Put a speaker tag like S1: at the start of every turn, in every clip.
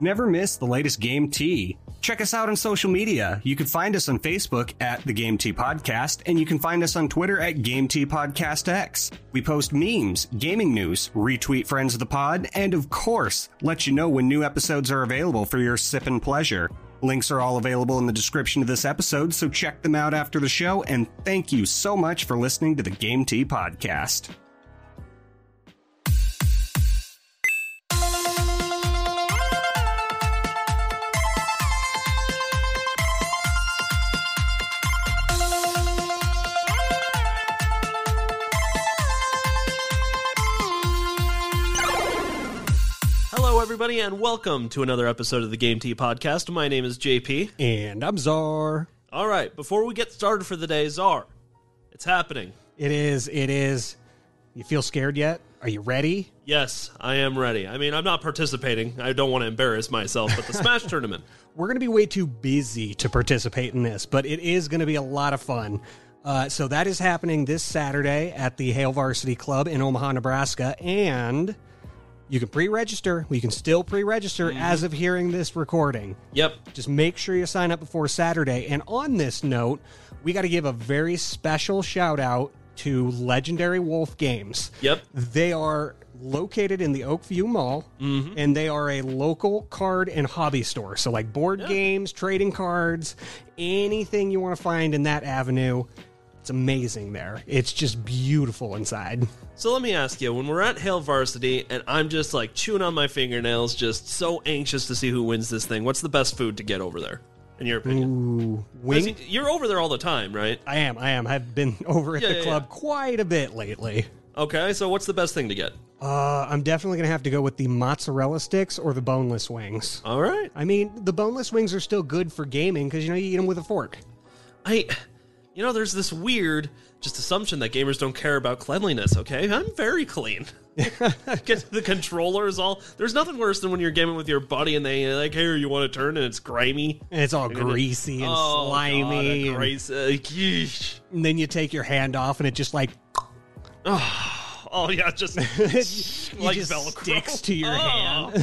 S1: Never miss the latest Game Tea. Check us out on social media. You can find us on Facebook at the Game Tea Podcast, and you can find us on Twitter at Game Tea Podcast X. We post memes, gaming news, retweet friends of the pod, and of course, let you know when new episodes are available for your sip and pleasure. Links are all available in the description of this episode, so check them out after the show, and thank you so much for listening to the Game Tea Podcast.
S2: Hello, everybody, and welcome to another episode of the Game T Podcast. My name is JP.
S3: And I'm Czar.
S2: All right, before we get started for the day, Czar, it's happening.
S3: It is, it is. You feel scared yet? Are you ready?
S2: Yes, I am ready. I mean, I'm not participating. I don't want to embarrass myself, but the Smash tournament.
S3: We're going to be way too busy to participate in this, but it is going to be a lot of fun. Uh, so that is happening this Saturday at the Hale Varsity Club in Omaha, Nebraska. And you can pre register. We can still pre register as of hearing this recording.
S2: Yep.
S3: Just make sure you sign up before Saturday. And on this note, we got to give a very special shout out to Legendary Wolf Games.
S2: Yep.
S3: They are located in the Oakview Mall
S2: Mm-hmm.
S3: and they are a local card and hobby store. So, like board games, trading cards, anything you want to find in that avenue. It's amazing there. It's just beautiful inside.
S2: So let me ask you, when we're at Hale Varsity and I'm just like chewing on my fingernails, just so anxious to see who wins this thing, what's the best food to get over there, in your
S3: Mm,
S2: opinion?
S3: Ooh,
S2: 'Cause
S3: wing.
S2: y- You're over there all the time, right?
S3: I am. I am. I've been over at
S2: Yeah,
S3: the
S2: yeah,
S3: club quite a bit lately.
S2: Okay, so what's the best thing to get?
S3: Uh, I'm definitely going to have to go with the mozzarella sticks or the boneless wings.
S2: All right.
S3: I mean, the boneless wings are still good for gaming because you know you eat them with a fork.
S2: I, you know, there's this weird just assumption that gamers don't care about cleanliness. Okay, I'm very clean. Get to the controllers all. There's nothing worse than when you're gaming with your buddy and they like, here, you want to turn and it's grimy.
S3: And it's all greasy and
S2: Oh,
S3: slimy,
S2: God, a
S3: and,
S2: grace- uh, yeesh.
S3: and then you take your hand off and it just like
S2: Oh yeah, just
S3: it
S2: like
S3: just
S2: Velcro
S3: sticks to your
S2: Oh,
S3: hand.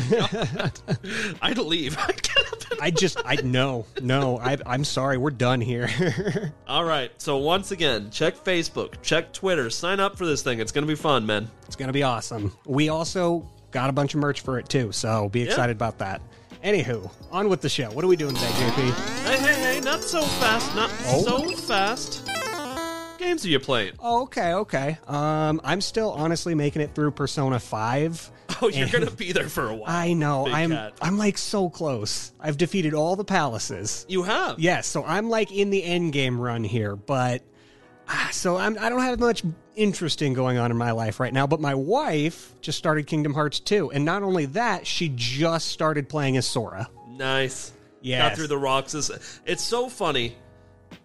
S2: God. I'd leave. I'd get up and-
S3: I just, I no, no. I, I'm sorry, we're done here.
S2: all right. So once again, check Facebook, check Twitter, sign up for this thing. It's gonna be fun, man.
S3: It's going to be awesome. We also got a bunch of merch for it too, so be excited about that. Anywho, on with the show. What are we doing today, JP?
S2: Hey, hey, hey! Not so fast! Not
S3: Oh.
S2: so fast! Games are you playing?
S3: Oh, okay, okay. Um, I'm still honestly making it through Persona Five.
S2: Oh, you're
S3: And-
S2: gonna be there for a while.
S3: I know.
S2: Big
S3: I'm.
S2: cat.
S3: I'm like so close. I've defeated all the palaces.
S2: You have.
S3: Yes, so I'm like in the end game run here, but ah, so I'm, I don't have much interesting going on in my life right now. But my wife just started Kingdom Hearts 2, and not only that, she just started playing as Sora.
S2: Nice. Got
S3: Yes.
S2: through the rocks. It's, it's so funny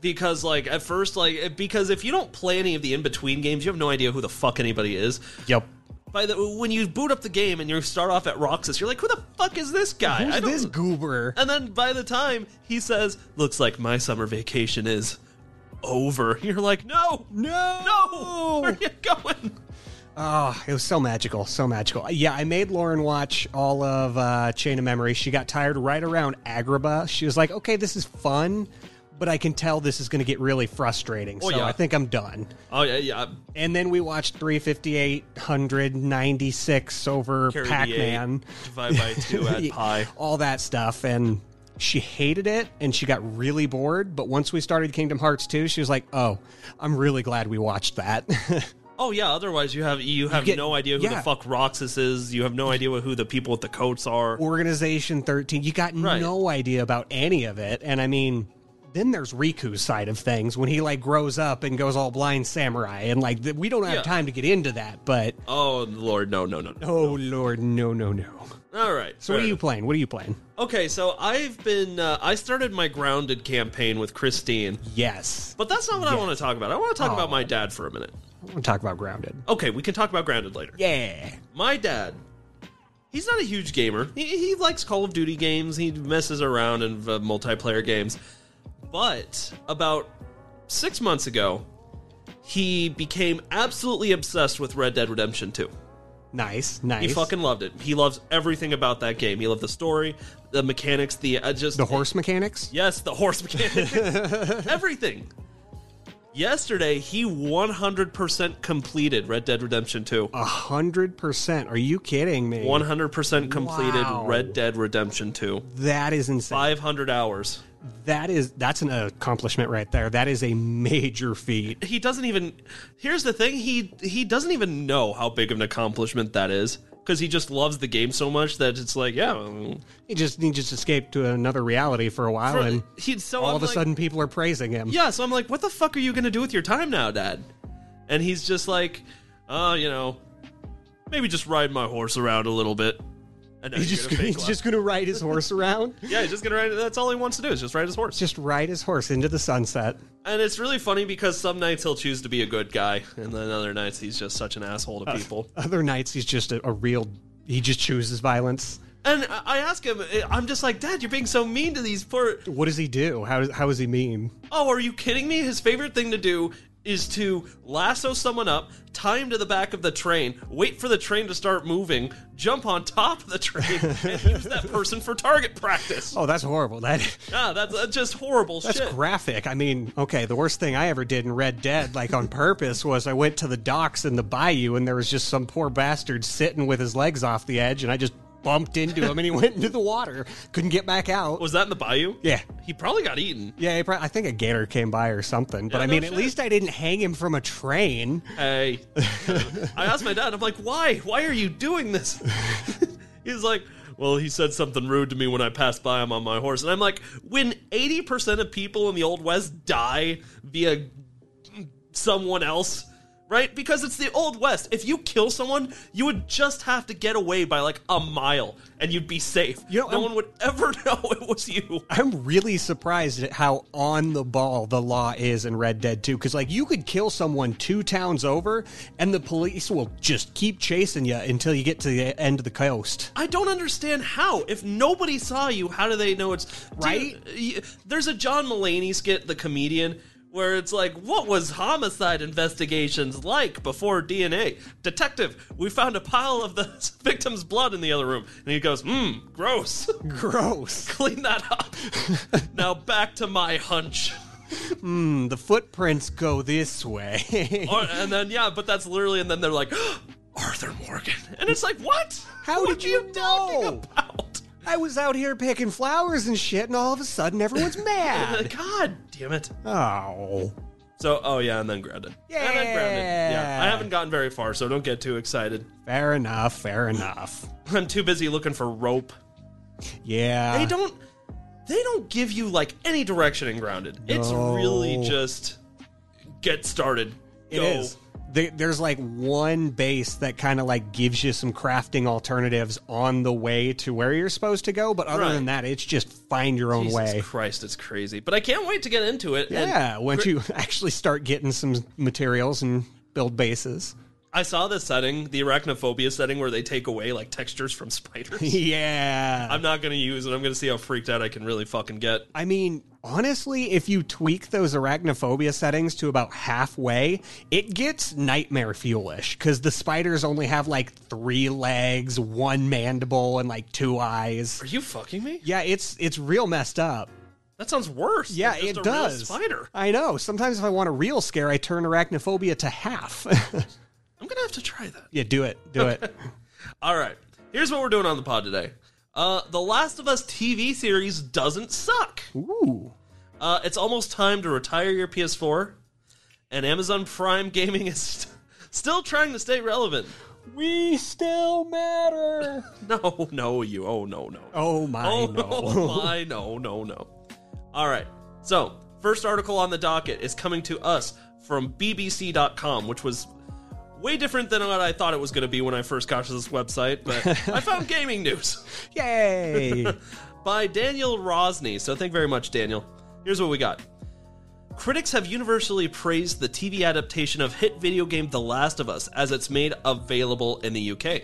S2: because, like, at first, like, it- because if you don't play any of the in between games, you have no idea who the fuck anybody is.
S3: Yep.
S2: By the when you boot up the game and you start off at Roxas, you're like, who the fuck is this guy? I
S3: Who's
S2: don't-
S3: this goober?
S2: And then by the time he says, looks like my summer vacation is over, you're like, no,
S3: No!
S2: no, where are you going?
S3: Oh, it was so magical, so magical. Yeah, I made Lauren watch all of uh, Chain of Memory. She got tired right around Agrabah. She was like, "Okay, this is fun, but I can tell this is going to get really frustrating."
S2: Oh,
S3: so
S2: yeah.
S3: I think I'm done.
S2: Oh yeah, yeah.
S3: And then we watched 358, 196 over
S2: Carry the
S3: Pac-Man,
S2: eight, divide by two, add pi.
S3: all that stuff, and she hated it and she got really bored. But once we started Kingdom Hearts 2, she was like, "Oh, I'm really glad we watched that."
S2: Oh yeah. Otherwise, you have you have
S3: get-
S2: no idea who the
S3: yeah.
S2: fuck Roxas is. You have no idea who the people with the coats are.
S3: Organization 13. You got
S2: Right.
S3: no idea about any of it. And I mean, then there's Riku's side of things when he like grows up and goes all blind samurai. And like, th- we don't have
S2: Yeah.
S3: time to get into that, but
S2: Oh lord, no, no, no, no.
S3: oh lord, no, no, no.
S2: All right.
S3: So, what are you playing? What are you playing?
S2: Okay, so I've been uh, I started my grounded campaign with Christine,
S3: Yes.
S2: but that's not what I want to talk about. I want to
S3: Oh.
S2: talk about my dad for a minute.
S3: I want to talk about Grounded.
S2: Okay, we can talk about grounded later.
S3: Yeah.
S2: my dad he's not a huge gamer he, he likes call of duty games he messes around in uh, multiplayer games but about six months ago he became absolutely obsessed with red dead redemption 2
S3: Nice, nice.
S2: He fucking loved it. He loves everything about that game. He loved the story, the mechanics, the uh, just
S3: the horse mechanics.
S2: Yes, the horse mechanics, everything. Yesterday, he 100% completed Red Dead Redemption 2.
S3: A hundred percent. Are you kidding me?
S2: 100% completed
S3: Wow.
S2: Red Dead Redemption 2.
S3: That is insane.
S2: 500 hours.
S3: That is that's an accomplishment right there. That is a major feat.
S2: He doesn't even Here's the thing, he he doesn't even know how big of an accomplishment that is cuz he just loves the game so much that it's like, yeah. mm.
S3: He just he just escaped to another reality for a while, and
S2: He's so
S3: all
S2: I'm
S3: of a
S2: like-
S3: sudden people are praising him.
S2: yeah, so I'm like, what the fuck are you gonna do with your time now, Dad? And he's just like, uh, you know, maybe just ride my horse around a little bit. And now
S3: he's
S2: you
S3: just
S2: get a
S3: gonna,
S2: fake
S3: he's
S2: laugh.
S3: just gonna ride his horse around.
S2: yeah, he's just gonna ride. That's all he wants to do is just ride his horse.
S3: Just ride his horse into the sunset.
S2: and it's really funny because some nights he'll choose to be a good guy, and then other nights he's just such an asshole to people.
S3: Other nights he's just a, a real. He just chooses violence.
S2: And I I ask him, eh, I'm just like, Dad, you're being so mean to these poor.
S3: What does he do? How does how is he mean?
S2: Oh, are you kidding me? His favorite thing to do is to lasso someone up, tie him to the back of the train, wait for the train to start moving, jump on top of the train, and use that person for target practice.
S3: Oh, that's horrible. That
S2: Ah, that's, that's just horrible
S3: That's
S2: shit.
S3: graphic. I mean, okay, the worst thing I ever did in Red Dead, like on purpose, was I went to the docks in the bayou and there was just some poor bastard sitting with his legs off the edge and I just bumped into him and he went into the water. Couldn't get back out.
S2: Was that in the bayou?
S3: Yeah.
S2: He probably got eaten.
S3: yeah, he prob- I think a gator came by or something, but
S2: Yeah,
S3: I
S2: no
S3: mean, at
S2: shit.
S3: least I didn't hang him from a train.
S2: Hey, I asked my dad, I'm like, why? Why are you doing this? He's like, well, he said something rude to me when I passed by him on my horse. And I'm like, when 80% of people in the Old West die via someone else, right? Because it's the Old West. If you kill someone, you would just have to get away by like a mile and you'd be safe.
S3: You know,
S2: no
S3: I'm-
S2: one would ever know it was you.
S3: I'm really surprised at how on the ball the law is in Red Dead 2 cuz like you could kill someone two towns over and the police will just keep chasing you until you get to the end of the coast.
S2: I don't understand how. If nobody saw you, how do they know it's Dude,
S3: Right?
S2: y- there's a John Mulaney skit, the comedian, where it's like, "What was homicide investigations like before DNA?" Detective, we found a pile of the victim's blood in the other room, and he goes, "Hmm, gross.
S3: Gross.
S2: Clean that up." now back to my hunch.
S3: the footprints go this way.
S2: Or, and then yeah, but that's literally, and then they're like, "Arthur Morgan," and it's like, "What?
S3: How
S2: what
S3: did
S2: are
S3: you
S2: talking
S3: know?
S2: about?"
S3: I was out here picking flowers and shit, and all of a sudden everyone's mad.
S2: God damn it.
S3: oh.
S2: So, oh yeah, and then grounded. And then grounded. Yeah.
S3: Yeah.
S2: I haven't gotten very far, so don't get too excited.
S3: Fair enough, fair enough.
S2: I'm too busy looking for rope.
S3: Yeah.
S2: They don't they don't give you like any direction in grounded. It's
S3: No.
S2: really just get started.
S3: It
S2: go.
S3: is. There- There's like one base that kind of like gives you some crafting alternatives on the way to where you're supposed to go, but other
S2: Right.
S3: than that, it's just find your own
S2: Jesus
S3: way.
S2: Christ, it's crazy. But I can't wait to get into it. and
S3: Yeah, once
S2: Gr-
S3: you actually start getting some materials and build bases.
S2: I saw this setting, the arachnophobia setting where they take away like textures from spiders.
S3: Yeah.
S2: I'm not gonna use it. I'm gonna see how freaked out I can really fucking get.
S3: I mean, honestly, if you tweak those arachnophobia settings to about halfway, it gets nightmare fuelish because the spiders only have like three legs, one mandible, and like two eyes.
S2: Are you fucking me?
S3: Yeah, it's it's real messed up.
S2: That sounds worse. than
S3: Yeah,
S2: just
S3: it
S2: a real
S3: does.
S2: spider.
S3: I know. Sometimes if I want a real scare, I turn arachnophobia to half.
S2: I'm gonna have to try that.
S3: yeah, do it, do it.
S2: All right. Here's what we're doing on the pod today. Uh, the Last of Us TV series doesn't suck.
S3: Ooh,
S2: Uh, it's almost time to retire your PS4, and Amazon Prime Gaming is st- still trying to stay relevant.
S3: we still matter.
S2: No, no, you. Oh, no, no.
S3: Oh my
S2: oh,
S3: no.
S2: my, no, no, no. All right. So, first article on the docket is coming to us from BBC.com, which was way different than what I thought it was going to be when I first got to this website, but I found gaming news.
S3: Yay!
S2: by Daniel Rosny. So thank you very much, Daniel. Here's what we got. Critics have universally praised the TV adaptation of hit video game The Last of Us as it's made available in the UK.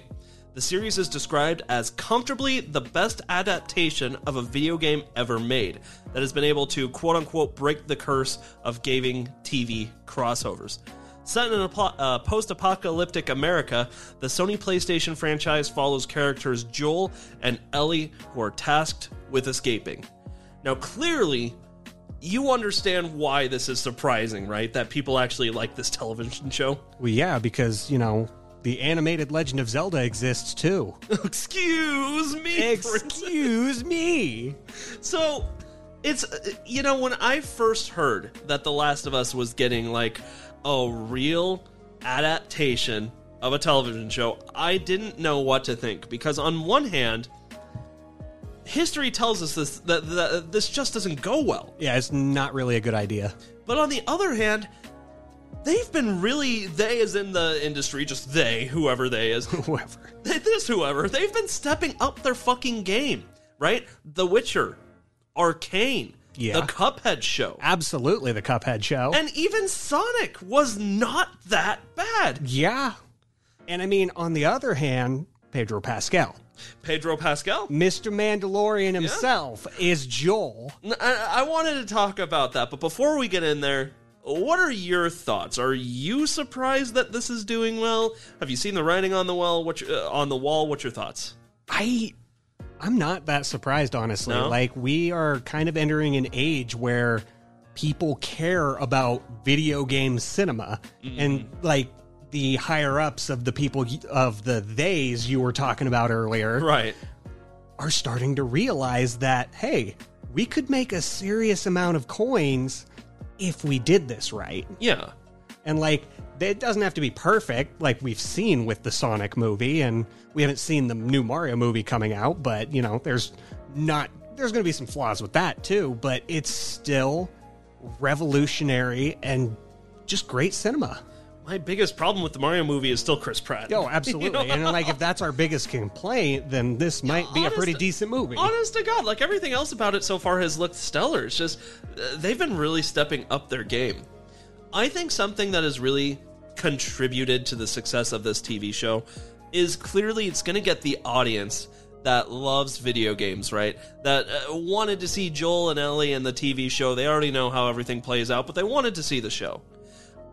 S2: The series is described as comfortably the best adaptation of a video game ever made that has been able to quote unquote break the curse of gaming TV crossovers. Set in a po- uh, post apocalyptic America, the Sony PlayStation franchise follows characters Joel and Ellie, who are tasked with escaping. Now, clearly, you understand why this is surprising, right? That people actually like this television show.
S3: Well, yeah, because, you know, the animated Legend of Zelda exists too.
S2: Excuse me. Prince.
S3: Excuse me.
S2: So, it's uh, you know when I first heard that The Last of Us was getting like a real adaptation of a television show, I didn't know what to think because on one hand, history tells us this that, that this just doesn't go well.
S3: Yeah, it's not really a good idea.
S2: But on the other hand, they've been really they as in the industry, just they, whoever they is,
S3: Whoever.
S2: this whoever, they've been stepping up their fucking game, right? The Witcher, Arcane,
S3: Yeah.
S2: the Cuphead show.
S3: Absolutely the Cuphead show.
S2: And even Sonic was not that bad.
S3: yeah. And I mean, on the other hand, Pedro Pascal,
S2: Pedro Pascal.
S3: Mr. Mandalorian himself, is Joel.
S2: N- I, I wanted to talk about that, but before we get in there, what are your thoughts? Are you surprised that this is doing well? Have you seen the writing on the wall? What you, uh, on the wall? What's your thoughts?
S3: I I'm not that surprised honestly.
S2: No?
S3: Like we are kind of entering an age where people care about video game cinema
S2: Mm-hmm.
S3: and like the higher ups of the people y- of the theys you were talking about earlier
S2: Right.
S3: are starting to realize that hey, we could make a serious amount of coins if we did this right.
S2: Yeah.
S3: And like, it doesn't have to be perfect, like we've seen with the Sonic movie, and we haven't seen the new Mario movie coming out, but you know, there's not, there's going to be some flaws with that too, but it's still revolutionary and just great cinema.
S2: My biggest problem with the Mario movie is still Chris Pratt.
S3: Oh, absolutely. and like, if that's our biggest complaint, then this might be a pretty
S2: honest-
S3: decent movie.
S2: Honest to God, like everything else about it so far has looked stellar. It's just uh, they've been really stepping up their game. I think something that has really contributed to the success of this TV show is clearly it's going to get the audience that loves video games, right? That uh, wanted to see Joel and Ellie in the TV show. They already know how everything plays out, but they wanted to see the show.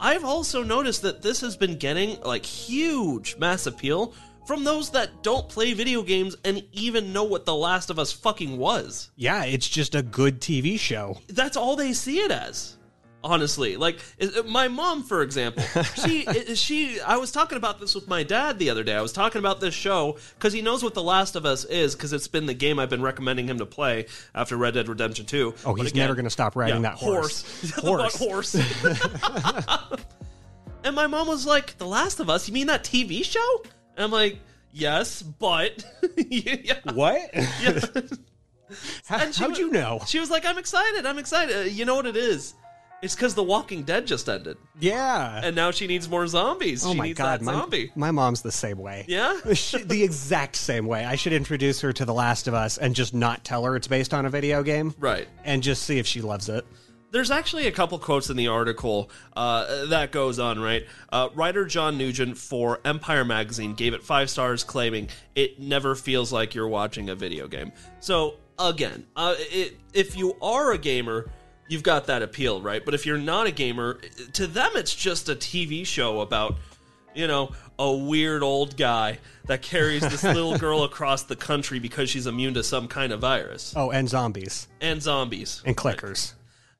S2: I've also noticed that this has been getting like huge mass appeal from those that don't play video games and even know what The Last of Us fucking was.
S3: yeah, it's just a good TV show.
S2: That's all they see it as. Honestly, like i- my mom, for example, she i- she. I was talking about this with my dad the other day. I was talking about this show because he knows what The Last of Us is because it's been the game I've been recommending him to play after Red Dead Redemption Two.
S3: Oh, he's never going to stop riding that horse.
S2: The butt horse. and my mom was like, "The Last of Us? You mean that TV show?" And I'm like, "Yes, but yeah."
S3: What?
S2: yeah."
S3: How,
S2: And she
S3: how'd
S2: wa-
S3: you know?
S2: She was like, "I'm excited. I'm excited. Uh, You know what it is? It's because The Walking Dead just ended,
S3: Yeah.
S2: and now she needs more zombies.
S3: Oh
S2: she
S3: my
S2: needs
S3: god,
S2: that
S3: my,
S2: zombie.
S3: my mom's the same way.
S2: Yeah?
S3: She- the exact same way. I should introduce her to The Last of Us and just not tell her it's based on a video game.
S2: Right.
S3: And just see if she loves it.
S2: There's actually a couple quotes in the article uh, that goes on, right? Uh, writer John Nugent for Empire Magazine gave it five stars, claiming it never feels like you're watching a video game. So again, uh, it, if you are a gamer, you've got that appeal, right? But if you're not a gamer, to them it's just a TV show about, you know, a weird old guy that carries this little girl across the country because she's immune to some kind of virus
S3: Oh, and zombies
S2: and zombies.
S3: and clickers.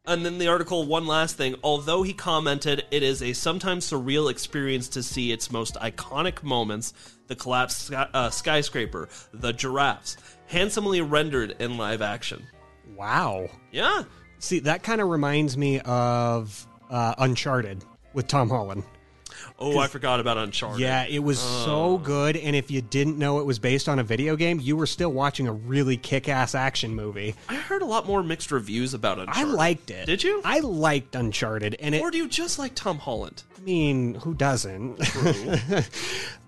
S2: And then the article, one last thing. Although he commented, it is a sometimes surreal experience to see its most iconic moments the collapsed sky- uh, skyscraper, the giraffes, handsomely rendered in live action.
S3: Wow.
S2: Yeah.
S3: See, that kind of reminds me of uh, Uncharted with Tom Holland.
S2: Oh, I forgot about Uncharted.
S3: Yeah, it was so
S2: Oh.
S3: good. And if you didn't know it was based on a video game, you were still watching a really kick ass action movie.
S2: I heard a lot more mixed reviews about
S3: I
S2: Uncharted.
S3: liked it.
S2: Did you?
S3: I liked Uncharted. And it
S2: Or do you just like Tom Holland?
S3: I mean, who doesn't?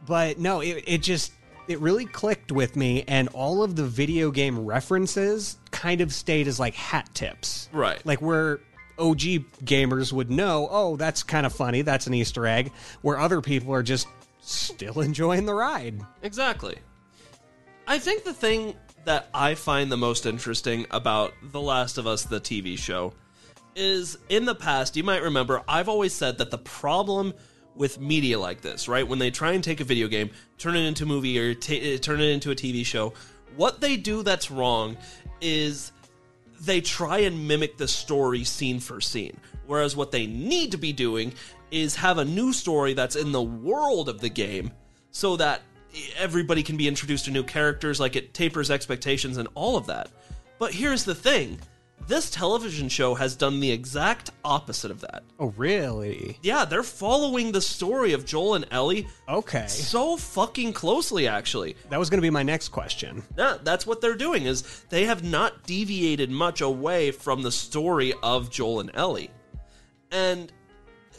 S3: but no, it, it just it really clicked with me, and all of the video game references kind of stayed as like hat tips,
S2: Right.
S3: Like where OG gamers would know, oh, that's kind of funny, that's an Easter egg. Where other people are just still enjoying the ride.
S2: Exactly. I think the thing that I find the most interesting about The Last of Us, the TV show, is in the past, you might remember, I've always said that the problem with media like this, right? When they try and take a video game, turn it into a movie or ta- uh, turn it into a TV show, what they do that's wrong is they try and mimic the story scene for scene. Whereas what they need to be doing is have a new story that's in the world of the game so that everybody can be introduced to new characters, like it tapers expectations and all of that. But here's the thing this television show has done the exact opposite of that.
S3: Oh, really?
S2: Yeah, they're following the story of Joel and Ellie
S3: Okay.
S2: so fucking closely, actually.
S3: That was going to be my next question.
S2: Yeah, that's what they're doing is they have not deviated much away from the story of Joel and Ellie. And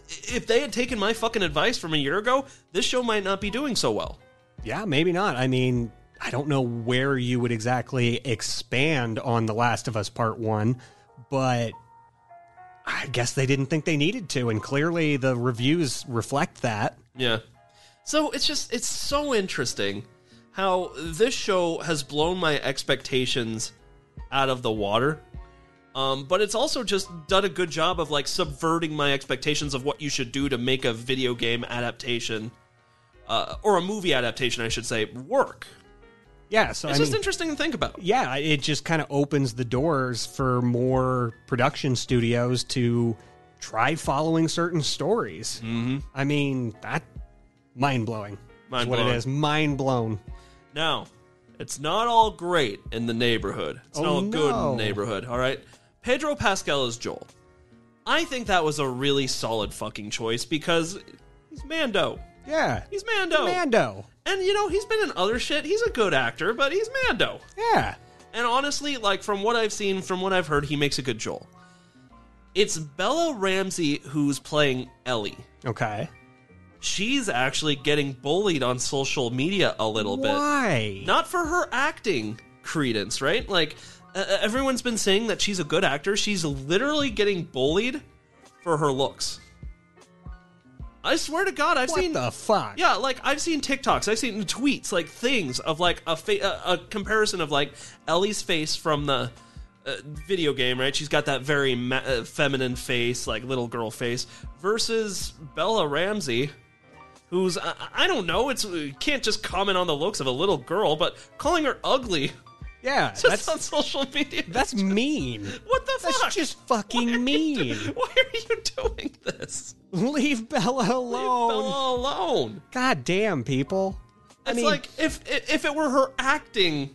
S2: if they had taken my fucking advice from a year ago, this show might not be doing so well.
S3: Yeah, maybe not. I mean, I don't know where you would exactly expand on The Last of Us Part 1, but I guess they didn't think they needed to. And clearly the reviews reflect that.
S2: Yeah. So it's just it's so interesting how this show has blown my expectations out of the water. Um, but it's also just done a good job of like subverting my expectations of what you should do to make a video game adaptation uh, or a movie adaptation, I should say, work.
S3: Yeah, so
S2: It's
S3: I
S2: just
S3: mean,
S2: interesting to think about.
S3: yeah, it just kind of opens the doors for more production studios to try following certain stories. Mm-hmm. I mean, that mind blowing.
S2: Mind
S3: what it
S2: blown.
S3: is. Mind blown.
S2: Now, it's not all great in the neighborhood. It's not
S3: Oh,
S2: all good in
S3: no.
S2: the neighborhood, all right? Pedro Pascal is Joel. I think that was a really solid fucking choice because he's Mando.
S3: Yeah.
S2: He's Mando.
S3: Mando.
S2: and you know, he's been in other shit. He's a good actor, but he's Mando.
S3: Yeah.
S2: And honestly, like from what I've seen, from what I've heard, he makes a good Joel. It's Bella Ramsey who's playing Ellie.
S3: Okay.
S2: She's actually getting bullied on social media a little bit.
S3: Why?
S2: not for her acting credence, right? Like uh, everyone's been saying that she's a good actor. She's literally getting bullied for her looks. I swear to God, I've
S3: what
S2: seen
S3: the fuck?
S2: yeah, like I've seen TikToks, I've seen tweets, like things of like a fa- a, a comparison of like Ellie's face from the uh, video game, right? She's got that very ma- uh, feminine face, like little girl face, versus Bella Ramsey, who's I, I don't know. It's you can't just comment on the looks of a little girl, but calling her ugly
S3: Yeah,
S2: just
S3: that's
S2: on social media.
S3: that's mean.
S2: what the
S3: That's
S2: fuck?
S3: just
S2: Why are
S3: fucking
S2: you
S3: mean.
S2: do- why are you doing this?
S3: Leave Bella
S2: Leave
S3: alone.
S2: Bella alone.
S3: God damn, people. I
S2: It's
S3: mean,
S2: like if if it were her acting,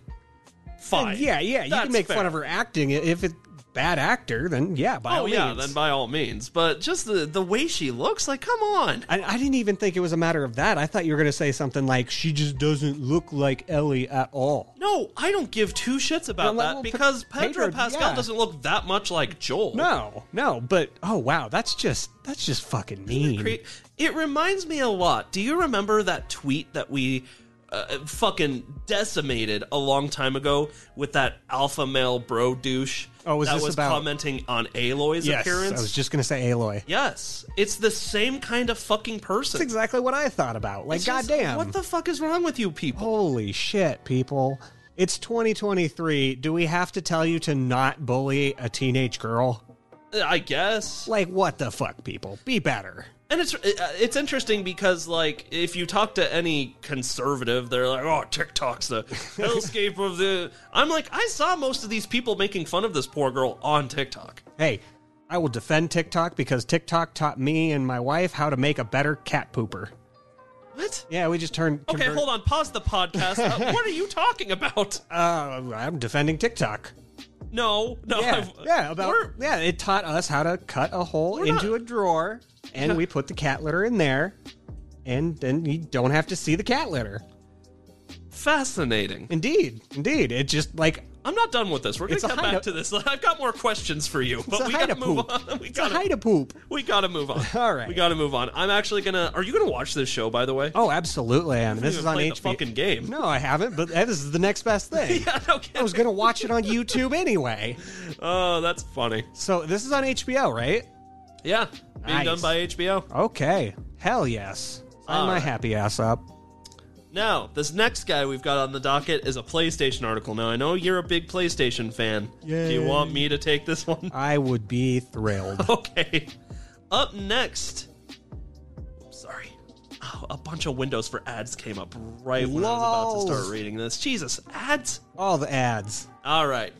S2: fine.
S3: yeah, yeah, you
S2: That's
S3: can make
S2: fair.
S3: fun of her acting if it's bad actor. Then yeah, by
S2: Oh
S3: all
S2: yeah,
S3: means.
S2: then by all means. But just the the way she looks, like, come on.
S3: I, I didn't even think it was a matter of that. I thought you were going to say something like she just doesn't look like Ellie at all.
S2: No, I don't give two shits about
S3: Well,
S2: that
S3: well, Pe-
S2: because Pedro,
S3: Pedro,
S2: Pascal
S3: yeah.
S2: doesn't look that much like Joel.
S3: No, no, but oh wow, that's just that's just fucking mean.
S2: Cre- It reminds me a lot. Do you remember that tweet that we uh, fucking decimated a long time ago with that alpha male bro douche
S3: Oh, was
S2: that
S3: this
S2: was
S3: about-
S2: commenting on Aloy's
S3: yes,
S2: appearance?
S3: I was just going to say Aloy.
S2: Yes, it's the same kind of fucking person.
S3: That's exactly what I thought about. Like,
S2: It's just-
S3: goddamn.
S2: What the fuck is wrong with you people?
S3: Holy shit, people. It's 2023. Do we have to tell you to not bully a teenage girl? Oh.
S2: I guess.
S3: Like, what the fuck, people? Be better.
S2: And it's uh, it's interesting because like if you talk to any conservative, they're like, "Oh, TikTok's the hellscape of the." I'm like, I saw most of these people making fun of this poor girl on TikTok.
S3: Hey, I will defend TikTok because TikTok taught me and my wife how to make a better cat pooper.
S2: What?
S3: Yeah, we just turned.
S2: Okay, hold on. Pause the podcast. Uh, what are you talking about?
S3: Uh, I'm defending TikTok.
S2: No, no.
S3: Yeah,
S2: Oh, I've-
S3: yeah, about
S2: we're-
S3: yeah. It taught us how to cut a hole
S2: not-
S3: into a drawer, and we put the cat litter in there, and then you don't have to see the cat litter.
S2: fascinating.
S3: Indeed, indeed. It just like
S2: I'm not done with this. We're gonna
S3: It's a
S2: come
S3: hide-
S2: back to this. I've got more questions for you, but
S3: a
S2: we gotta
S3: hide-a-poop.
S2: move on. We
S3: it's a
S2: gotta
S3: hide a poop.
S2: We gotta move on.
S3: All right.
S2: We gotta move on. I'm actually gonna. Are you gonna watch this show, by the way?
S3: Oh, absolutely. I am. This
S2: even
S3: is on
S2: played
S3: HBO.
S2: the fucking game.
S3: No, I haven't. But that is the next best thing.
S2: Yeah, no kidding.
S3: I was gonna watch it on YouTube anyway.
S2: Oh, that's funny.
S3: So this is on HBO, right?
S2: Yeah. Being
S3: Nice.
S2: done by HBO.
S3: Okay. Hell yes. Sign
S2: All
S3: my
S2: right.
S3: happy ass up.
S2: Now, this next guy we've got on the docket is a PlayStation article. Now, I know you're a big PlayStation fan. Do you
S3: Yay.
S2: want me to take this one?
S3: I would be thrilled.
S2: Okay. Up next. Sorry. Oh, a bunch of windows for ads came up right when I was about to
S3: Lols.
S2: start reading this. Jesus, ads?
S3: All the ads.
S2: All right.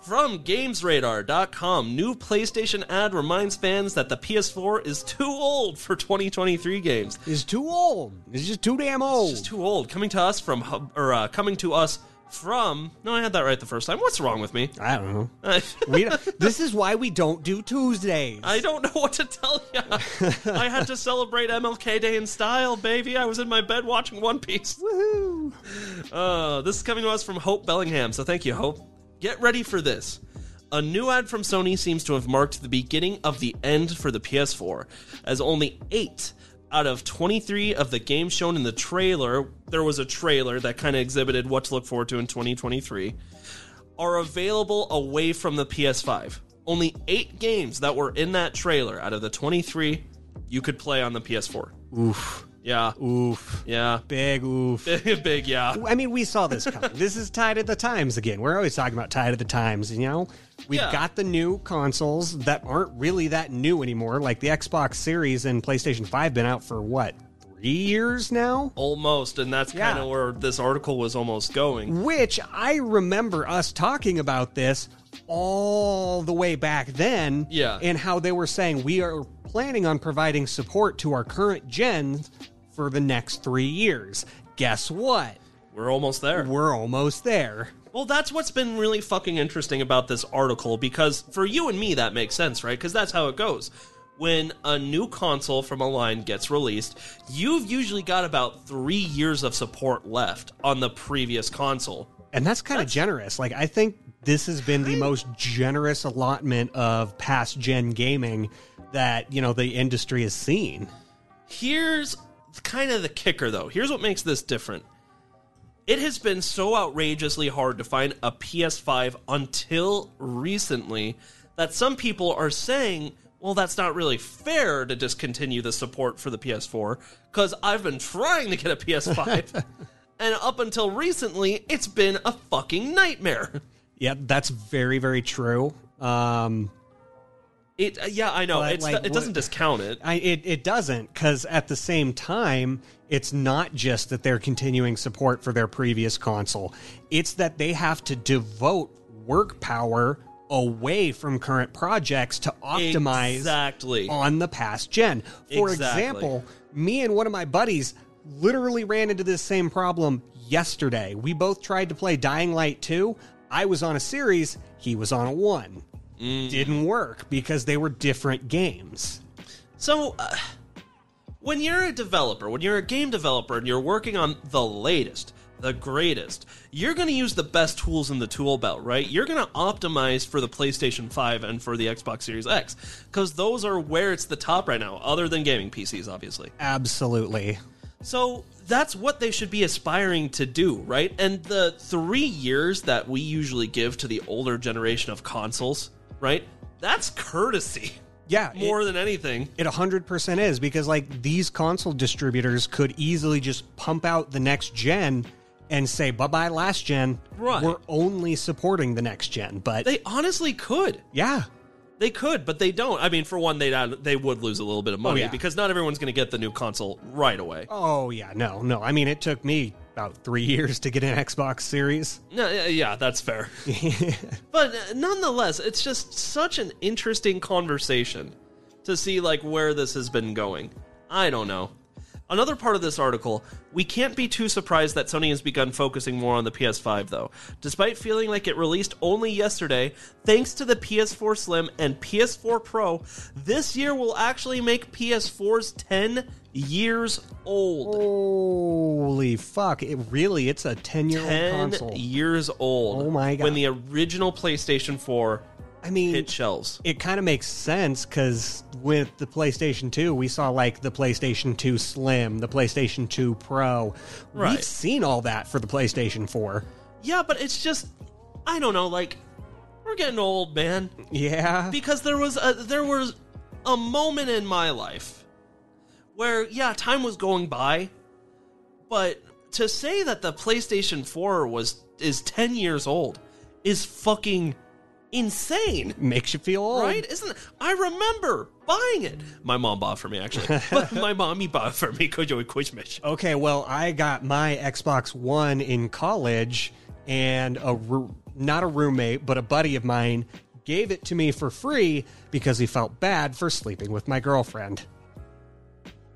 S2: From GamesRadar.com, new PlayStation ad reminds fans that the PS4 is too old for 2023 games.
S3: Is too old. It's just too damn
S2: It's
S3: old.
S2: too old. Coming to us from Hub, or uh, coming to us from. No, I had that right the first time. What's wrong with me?
S3: I don't know.
S2: I,
S3: We don't, this is why we don't do Tuesdays.
S2: I don't know what to tell you. I had to celebrate MLK Day in style, baby. I was in my bed watching One Piece.
S3: Woohoo.
S2: Uh, this is coming to us from Hope Bellingham, so thank you, Hope. Get ready for this. A new ad from Sony seems to have marked the beginning of the end for the PS4, as only 8 out of 23 of the games shown in the trailer, there was a trailer that kind of exhibited what to look forward to in 2023, are available away from the PS5. Only 8 games that were in that trailer out of the 23 you could play on the PS4.
S3: Oof.
S2: Yeah.
S3: Oof.
S2: Yeah.
S3: Big oof.
S2: Big yeah.
S3: I mean, we saw this coming. this is Tide at the Times again. We're always talking about Tide at the Times, you know? We've
S2: Yeah.
S3: got the new consoles that aren't really that new anymore. Like the Xbox Series and PlayStation 5 been out for what, three years now?
S2: almost and that's
S3: Yeah.
S2: kind of where this article was almost going
S3: Which I remember us talking about this all the way back then.
S2: Yeah.
S3: And how they were saying we are planning on providing support to our current gens for the next three years. Guess what?
S2: we're almost there
S3: We're almost there.
S2: well that's what's been really fucking interesting about this article because for you and me that makes sense right because that's how it goes when a new console from a line gets released you've usually got about three years of support left on the previous console
S3: And that's kind of generous. Like I think this has been the most generous allotment of past gen gaming that, you know, the industry has seen.
S2: Here's kind of the kicker, though. Here's what makes this different. It has been so outrageously hard to find a PS5 until recently that some people are saying, well, that's not really fair to discontinue the support for the PS4 because I've been trying to get a PS5. and up until recently, it's been a fucking nightmare.
S3: Yeah, that's very, very true. Um
S2: It, yeah, I know.
S3: But,
S2: It's,
S3: like,
S2: it doesn't
S3: what-
S2: discount it.
S3: I, it, it doesn't because at the same time it's not just that they're continuing support for their previous console it's that they have to devote work power away from current projects to optimize
S2: Exactly.
S3: on the past gen for
S2: Exactly.
S3: example me and one of my buddies literally ran into this same problem yesterday we both tried to play dying light 2 i was on a series he was on a 1
S2: Mm.
S3: didn't work because they were different games
S2: So, uh, when you're a developer, when you're a game developer and you're working on the latest, the greatest, you're going to use the best tools in the tool belt, right? You're going to optimize for the PlayStation 5 and for the Xbox Series X because those are where it's the top right now, other than gaming PCs, obviously.
S3: Absolutely.
S2: So that's what they should be aspiring to do, right? And the three years that we usually give to the older generation of consoles, right? That's courtesy
S3: Yeah.
S2: more
S3: it,
S2: than anything.
S3: it 100% is because like these console distributors could easily just pump out the next gen and say bye-bye last gen.
S2: Right.
S3: We're only supporting the next gen, but
S2: They honestly could.
S3: yeah.
S2: They could, but they don't. I mean, for one, they they would lose a little bit of money
S3: yeah.
S2: because not everyone's going to get the new console right away.
S3: Oh yeah, no. No. I mean, it took me about 3 years to get an Xbox series.
S2: No, yeah, yeah, that's fair. but uh, nonetheless, it's just such an interesting conversation to see like where this has been going. I don't know. Another part of this article, we can't be too surprised that Sony has begun focusing more on the PS5 though. Despite feeling like it released only yesterday, thanks to the PS4 Slim and PS4 Pro, this year will actually make PS4s 10 years old.
S3: Holy fuck. It really it's a 10-year-old
S2: 10
S3: console.
S2: years old.
S3: Oh my God.
S2: When the original PlayStation 4
S3: I mean,
S2: hit shelves.
S3: it kind of makes sense because with the PlayStation 2, we saw like the PlayStation 2 Slim, the PlayStation 2 Pro.
S2: Right.
S3: We've seen all that for the PlayStation 4.
S2: Yeah, but it's just I don't know, like we're getting old, man.
S3: Yeah.
S2: Because there was a there was a moment in my life where yeah, time was going by, But to say that the PlayStation 4 was is 10 years old is fucking insane.
S3: Makes you feel old.
S2: Right? Isn't I remember buying it. My mom bought it for me actually. But my mommy bought it for me. Kojo Kuishmish.
S3: Okay, well, I got my Xbox One in college, and a roo- not a roommate, but a buddy of mine gave it to me for free because he felt bad for sleeping with my girlfriend.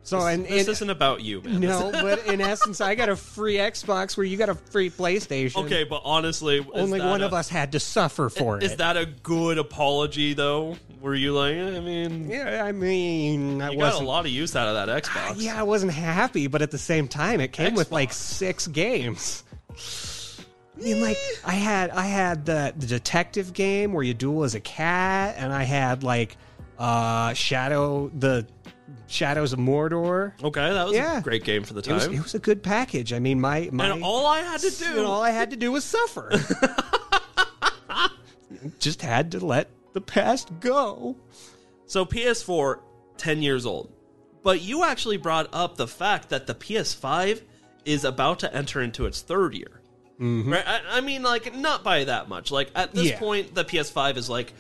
S3: So, and,
S2: This
S3: and
S2: isn't about you, man.
S3: no, but in essence, I got a free Xbox where you got a free PlayStation.
S2: Okay, but honestly, is
S3: only
S2: that
S3: one
S2: a-
S3: of us had to suffer for
S2: Is
S3: it.
S2: that a good apology though? Were you like, eh, I mean,
S3: yeah, I mean, I
S2: you got a
S3: wasn't. Ah,
S2: lot of use out of that Xbox.
S3: Yeah, I wasn't happy, but at the same time, it came with like
S2: Xbox.
S3: six games. I mean, like I had I had the, the detective game where you duel as a cat, and I had like uh Shadow the Shadows of Mordor.
S2: Okay, that was
S3: Yeah.
S2: a great game for the
S3: It
S2: time.
S3: was, it was a good package. I mean, my my
S2: and all I had to do,
S3: and all I had to do was suffer. Just had to let the past go.
S2: So PS4, 10 years old. But you actually brought up the fact that the PS5 is about to enter into its third year. Right? I, I mean, like, not by that much. Like, at this
S3: Mm-hmm. Yeah.
S2: point, the PS5 is like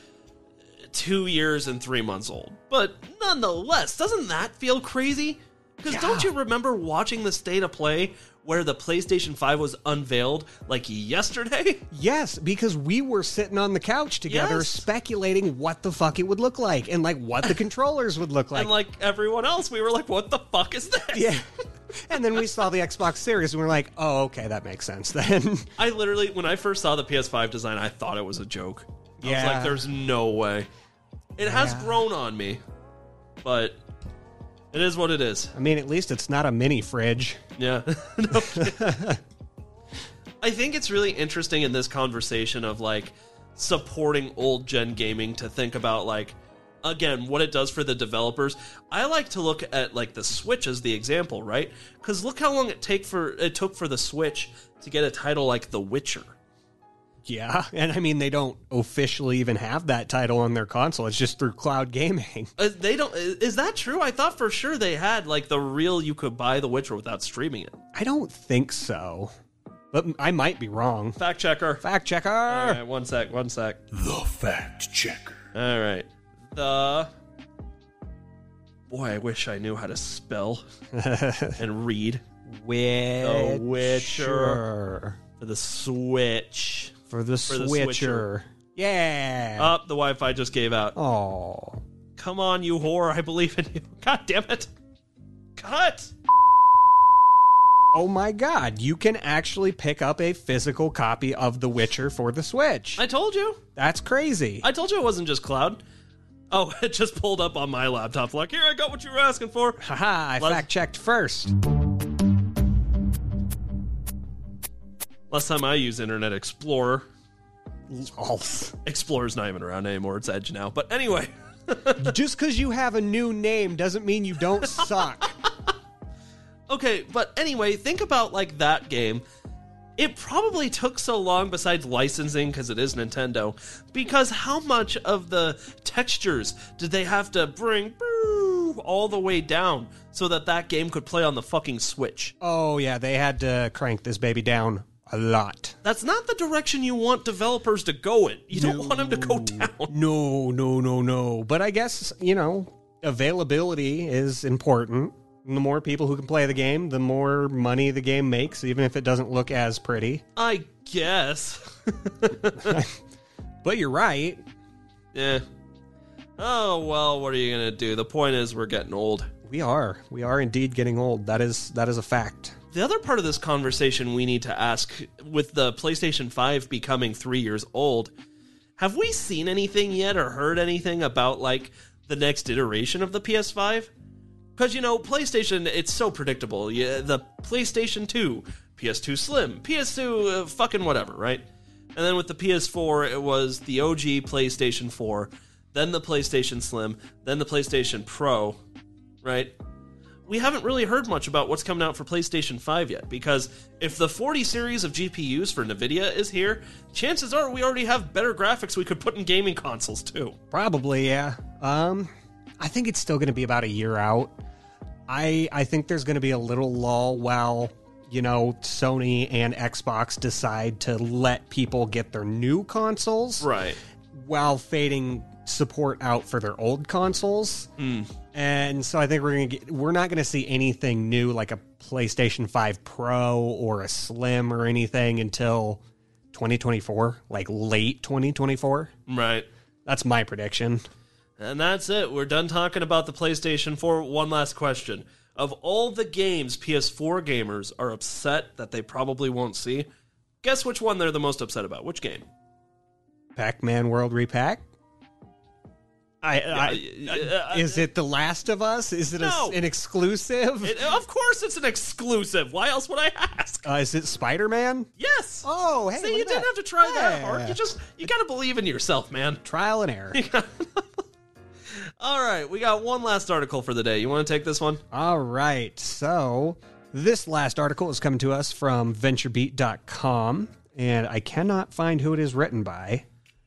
S2: two years and three months old. But nonetheless, doesn't that feel crazy? Because don't you remember watching the state of play where the PlayStation 5 was unveiled like yesterday?
S3: Yes, because we were sitting on the couch together
S2: Yes.
S3: speculating what the fuck it would look like and like what the controllers would look like.
S2: and like everyone else, we were like, what the fuck is this?
S3: yeah. and then we saw the Xbox series and we are like, "Oh, okay, that makes sense then."
S2: I literally, when I first saw the PS5 design, I thought it was a joke. I was
S3: Yeah.
S2: like, there's no way. It has
S3: Yeah.
S2: grown on me, but it is what it is.
S3: I mean, at least it's not a mini fridge.
S2: Yeah. No kidding. I think it's really interesting in this conversation of like supporting old gen gaming to think about like again what it does for the developers. I like to look at like the Switch as the example, right? Cuz look how long it take for it took for the Switch to get a title like The Witcher.
S3: Yeah, and I mean they don't officially even have that title on their console. It's just through cloud gaming.
S2: Uh, they don't. i- Is that true? I thought for sure they had like the real. You could buy The Witcher without streaming it.
S3: I don't think so. But I might be wrong.
S2: Fact checker.
S3: Fact checker.
S2: All right, one sec. One sec.
S1: The fact checker.
S2: All right. The. Boy, I wish I knew how to spell and read
S3: Witcher.
S2: Witcher. for the Switch.
S3: For the
S2: the
S3: switcher. Uh,
S2: switcher.
S3: Yeah.
S2: Up, the Wi-Fi just gave out.
S3: oh.
S2: Come on, you whore! I believe in you. God damn it! Cut.
S3: Oh my god, you can actually pick up a physical copy of The Witcher for the Switch.
S2: I told you.
S3: That's crazy.
S2: I told you it wasn't just cloud. Oh, it just pulled up on my laptop. Like, here, I got what you were asking for.
S3: Haha, I
S2: Let's-
S3: fact checked first.
S2: Last time I used Internet Explorer,
S3: Lolz.
S2: Explorer's not even around anymore. It's Edge now. But anyway,
S3: Just because you have a new name doesn't mean you don't suck.
S2: okay. But anyway, think about like that game. It probably took so long, besides licensing, because it is Nintendo. Because how much of the textures did they have to bring all the way down so that that game could play on the fucking Switch?
S3: oh yeah, they had to crank this baby down a lot.
S2: That's not the direction you want developers to go in. You don't want them to go down.
S3: No, no, no, no. But I guess, you know, availability is important. And The more people who can play the game, the more money the game makes, even if it doesn't look as pretty.
S2: I guess.
S3: But you're right.
S2: yeah. Oh well, what are you gonna do? The point is we're getting old.
S3: We are. We are indeed getting old. That is that is a fact.
S2: The other part of this conversation we need to ask with the PlayStation 5 becoming 3 years old, have we seen anything yet or heard anything about like the next iteration of the PS5? Cuz you know, PlayStation it's so predictable. Yeah, the PlayStation 2, PS2 Slim, PS2 uh, fucking whatever, right? And then with the PS4, it was the OG PlayStation 4, then the PlayStation Slim, then the PlayStation Pro, right? we haven't really heard much about what's coming out for PlayStation 5 yet because if the 40 series of GPUs for Nvidia is here, chances are we already have better graphics we could put in gaming consoles too.
S3: Probably, yeah. Um I think it's still going to be about a year out. I I think there's going to be a little lull while you know, Sony and Xbox decide to let people get their new consoles
S2: Right.
S3: while fading support out for their old consoles.
S2: Mm.
S3: And so I think we're gonna get, we're not gonna see anything new like a PlayStation 5 Pro or a Slim or anything until 2024, like late 2024.
S2: Right.
S3: That's my prediction.
S2: And that's it. We're done talking about the PlayStation 4. One last question. Of all the games PS4 gamers are upset that they probably won't see, guess which one they're the most upset about? Which game?
S3: Pac-Man World Repack. I,
S2: Uh,
S3: I is it The Last of Us? Is it a s
S2: No.
S3: an exclusive?
S2: it- uh, of course it's an exclusive. Why else would I ask?
S3: uh, is it Spider-Man?
S2: Yes.
S3: Oh, hey,
S2: See,
S3: look
S2: you
S3: at
S2: didn't
S3: that.
S2: have to try that hard.
S3: Yeah.
S2: You just you got to believe in yourself, man.
S3: Trial and error.
S2: All right, we got one last article for the day. You want to take this one?
S3: All right. So this last article is coming to us from VentureBeat.com, and I cannot find who it is written by.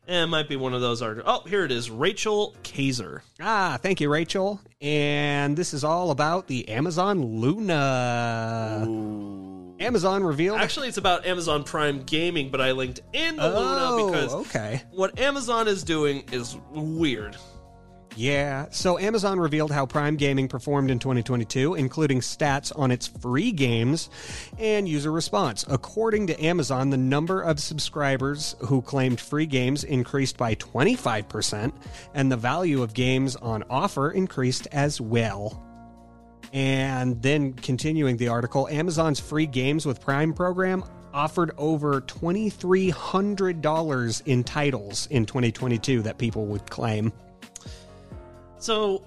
S2: Eh, it might be one of those articles. Oh, here it is. Rachel Kaiser.
S3: Ah, thank you, Rachel. And this is all about the Amazon Luna. Amazon revealed.
S2: Actually, it's about Amazon Prime Gaming, but I linked in the
S3: oh,
S2: Luna because
S3: okay.
S2: what Amazon is doing is weird.
S3: Yeah. So Amazon revealed how Prime Gaming performed in 2022, including stats on its free games and user response. According to Amazon, the number of subscribers who claimed free games increased by 25%, and the value of games on offer increased as well. And then continuing the article, Amazon's free games with Prime program offered over $2,300 in titles in 2022 that people would claim.
S2: So,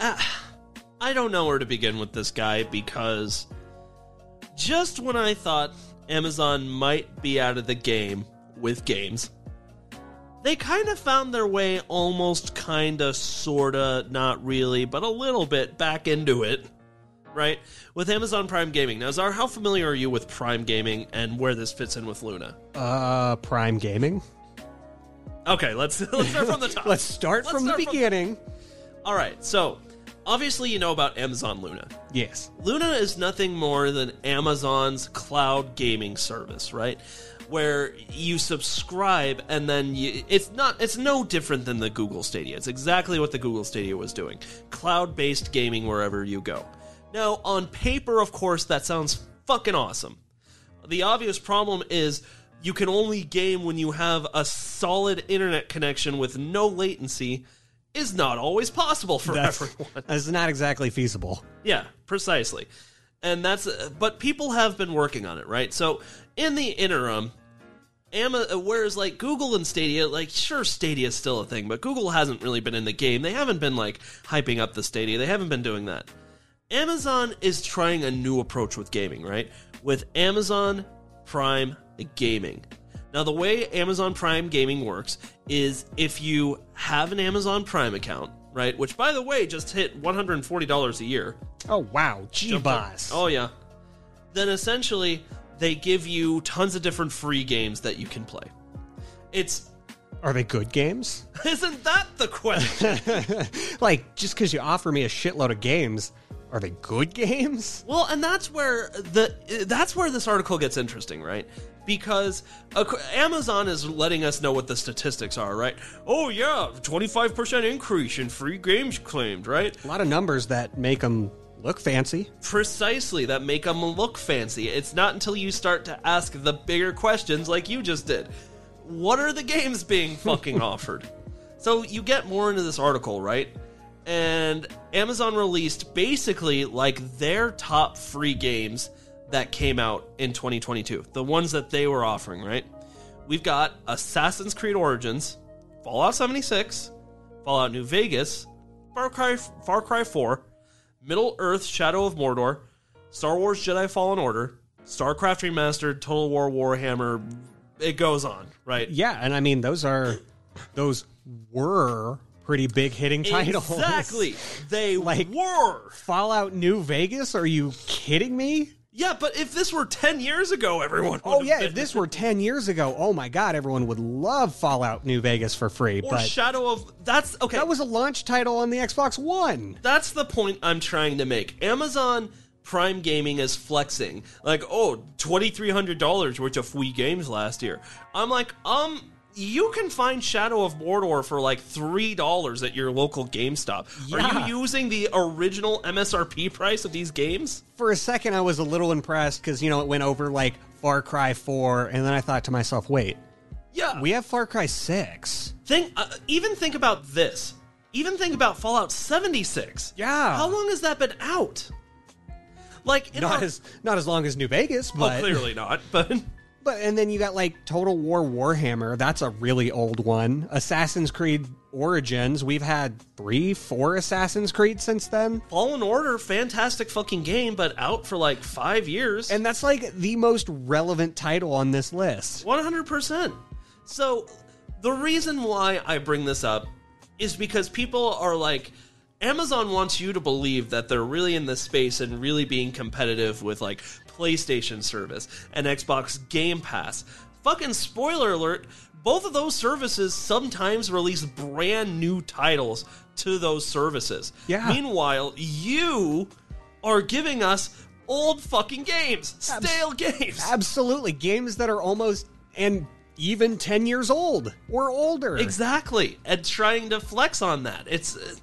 S2: uh, I don't know where to begin with this guy because just when I thought Amazon might be out of the game with games, they kind of found their way almost kind of sort of not really, but a little bit back into it, right? With Amazon Prime Gaming. Now, Zar, how familiar are you with Prime Gaming and where this fits in with Luna?
S3: Uh, Prime Gaming.
S2: Okay, let's let's start from the top.
S3: Let's start
S2: Let's
S3: from
S2: start
S3: the
S2: from-
S3: beginning.
S2: All right. So, obviously you know about Amazon Luna.
S3: Yes.
S2: Luna is nothing more than Amazon's cloud gaming service, right? Where you subscribe and then you, it's not it's no different than the Google Stadia. It's exactly what the Google Stadia was doing. Cloud-based gaming wherever you go. Now, on paper, of course, that sounds fucking awesome. The obvious problem is you can only game when you have a solid internet connection with no latency is not always possible for
S3: That's,
S2: everyone.
S3: that's not exactly feasible.
S2: Yeah, precisely. And that's but people have been working on it, right? So in the interim, Ama- whereas like Google and Stadia, like sure Stadia's still a thing, but Google hasn't really been in the game. They haven't been like hyping up the Stadia. They haven't been doing that. Amazon is trying a new approach with gaming, right? With Amazon Prime Gaming. Now, the way Amazon Prime Gaming works is if you have an Amazon Prime account, right? Which, by the way, just hit $140 a year.
S3: Oh wow, G boss.
S2: Oh yeah. Then essentially they give you tons of different free games that you can play. It's
S3: Are they good games?
S2: isn't that the question?
S3: like just because you offer me a shitload of games, are they good games?
S2: well, and that's where the that's where this article gets interesting, right? Because ac- Amazon is letting us know what the statistics are, right? Oh yeah, twenty five percent increase in free games claimed, right?
S3: A lot of numbers that make them look fancy.
S2: precisely that make them look fancy. It's not until you start to ask the bigger questions like you just did. What are the games being fucking offered? So you get more into this article, right? And Amazon released basically like their top free games that came out in 2022. The ones that they were offering, right? We've got Assassin's Creed Origins, Fallout 76, Fallout New Vegas, Far Cry Far Cry 4, Middle Earth Shadow of Mordor, Star Wars Jedi Fallen Order, StarCraft Remastered, Total War Warhammer, it goes on, right?
S3: Yeah, and I mean those are those were pretty big hitting titles.
S2: Exactly. They
S3: Like-
S2: were.
S3: Fallout New Vegas? Are you kidding me?
S2: Yeah, but if this were 10 years ago, everyone would
S3: Oh
S2: have
S3: yeah,
S2: been-
S3: if this were 10 years ago, oh my god, everyone would love Fallout New Vegas for free,
S2: or
S3: but
S2: Shadow of That's okay.
S3: That was a launch title on the Xbox One.
S2: That's the point I'm trying to make. Amazon Prime Gaming as flexing. Like, oh, $2,300 worth of Wii games last year. I'm like, um, you can find Shadow of Mordor for like $3 at your local GameStop.
S3: Yeah.
S2: Are you using the original MSRP price of these games?
S3: for a second I was a little impressed because you know it went over like Far Cry Four, and then I thought to myself, wait,
S2: Yeah.
S3: we have Far Cry Six.
S2: Think uh, even think about this. Even think about Fallout 76.
S3: Yeah.
S2: How long has that been out? Like in
S3: Not
S2: our-
S3: as not as long as New Vegas,
S2: well,
S3: but
S2: clearly not, but
S3: but and then you got like Total War Warhammer. That's a really old one. Assassin's Creed Origins. We've had three, four Assassin's Creed since then.
S2: Fallen Order, fantastic fucking game, but out for like five years.
S3: And that's like the most relevant title on this list.
S2: 100%. So, the reason why I bring this up is because people are like, Amazon wants you to believe that they're really in this space and really being competitive with like PlayStation service and Xbox Game Pass. Fucking spoiler alert, both of those services sometimes release brand new titles to those services.
S3: Yeah.
S2: Meanwhile, you are giving us old fucking games, stale games.
S3: Absolutely, games that are almost and even ten years old or older.
S2: Exactly, and trying to flex on that. It's uh,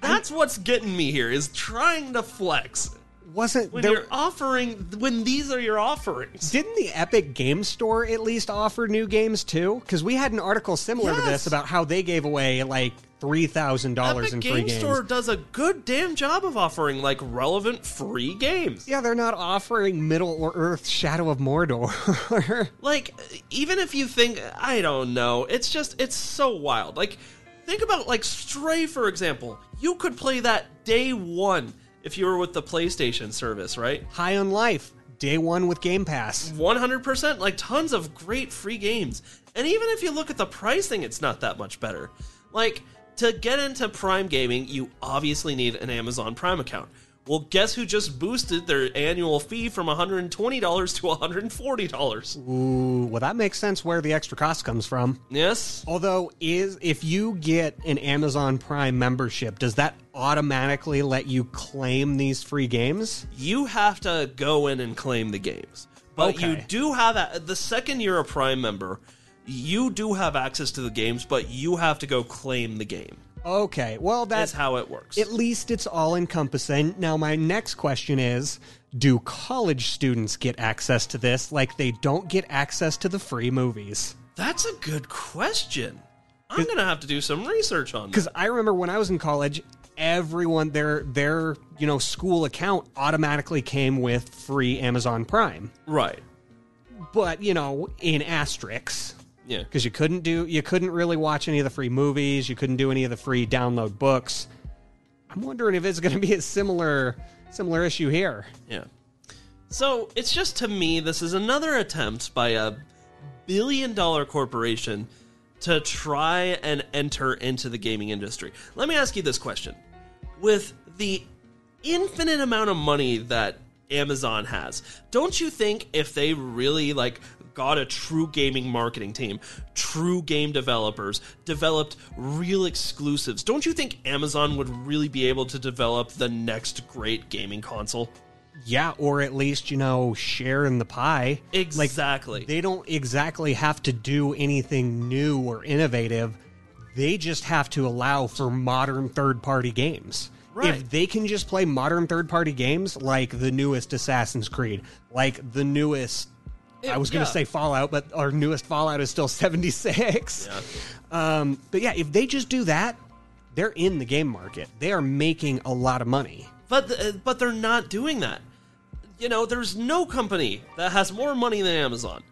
S2: that's what's getting me here is trying to flex
S3: Wasn't
S2: when
S3: there?
S2: you're offering when these are your offerings.
S3: Didn't the Epic Game Store at least offer new games too? Because we had an article similar to this
S2: Yes.
S3: about how they gave away like three thousand
S2: Epic
S3: dollars in free
S2: Game
S3: games.
S2: Store does a good damn job of offering like relevant free games.
S3: Yeah, they're not offering Middle or Earth Shadow of Mordor.
S2: Like even if you think I don't know, it's just it's so wild. Like think about like Stray for example. You could play that day 1 if you were with the PlayStation service, right?
S3: High on Life, day one with Game Pass.
S2: 100% like tons of great free games and even if you look at the pricing it's not that much better like to get into prime gaming you obviously need an amazon prime account well guess who just boosted their annual fee from $120 to $140
S3: Ooh, well, that makes sense where the extra cost comes from.
S2: yes
S3: Although, is if you get an Amazon Prime membership, does that automatically let you claim these free games?
S2: you have to go in and claim the games but you
S3: Okay.
S2: do have a, the second you're a prime member you do have access to the games but you have to go claim the game
S3: Okay, well,
S2: that's
S3: that's
S2: how it works
S3: At least it's all encompassing. Now, my next question is Do college students get access to this like they don't get access to the free movies?
S2: That's a good question. I'm gonna have to do some research on that.
S3: Because I remember when I was in college, everyone their their you know school account automatically came with free Amazon Prime,
S2: Right.
S3: but you know in asterisks
S2: Yeah.
S3: because you couldn't do you couldn't really watch any of the free movies, you couldn't do any of the free download books. I'm wondering if it's going to be a similar similar issue here.
S2: Yeah. So it's just to me, this is another attempt by a billion dollar corporation to try and enter into the gaming industry. Let me ask you this question. With the infinite amount of money that Amazon has, don't you think if they really like got a true gaming marketing team, true game developers, developed real exclusives, don't you think Amazon would really be able to develop the next great gaming console?
S3: Yeah, or at least, you know, share in the pie.
S2: Exactly.
S3: Like, they don't exactly have to do anything new or innovative. They just have to allow for modern third party games. If
S2: Right.
S3: they can just play modern third party games like the newest Assassin's Creed, like the newest. I was going to
S2: yeah.
S3: say Fallout, but our newest Fallout is still 76. Um, but yeah, if they just do that, they're in the game market. They are making a lot of money.
S2: But th- but they're not doing that. You know, there's no company that has more money than Amazon.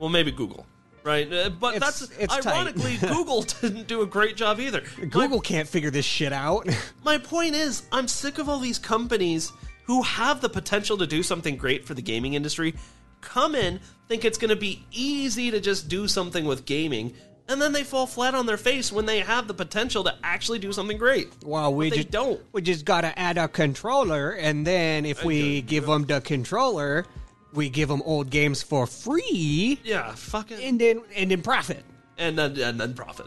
S2: Well, maybe Google, right? Uh, but
S3: It's-
S2: that's
S3: it's tight.
S2: ironically Google didn't do a great job either.
S3: Google can't figure this shit out.
S2: My, my point is, I'm sick of all these companies who have the potential to do something great for the gaming industry come in, think it's going to be easy to just do something with gaming, and then they fall flat on their face when they have the potential to actually do something great.
S3: Well, we
S2: they
S3: just
S2: don't.
S3: We just gotta add a controller, and then if we give them the controller, we give them old games for free,
S2: Yeah, fucking
S3: and then and then profit.
S2: and then and then profit.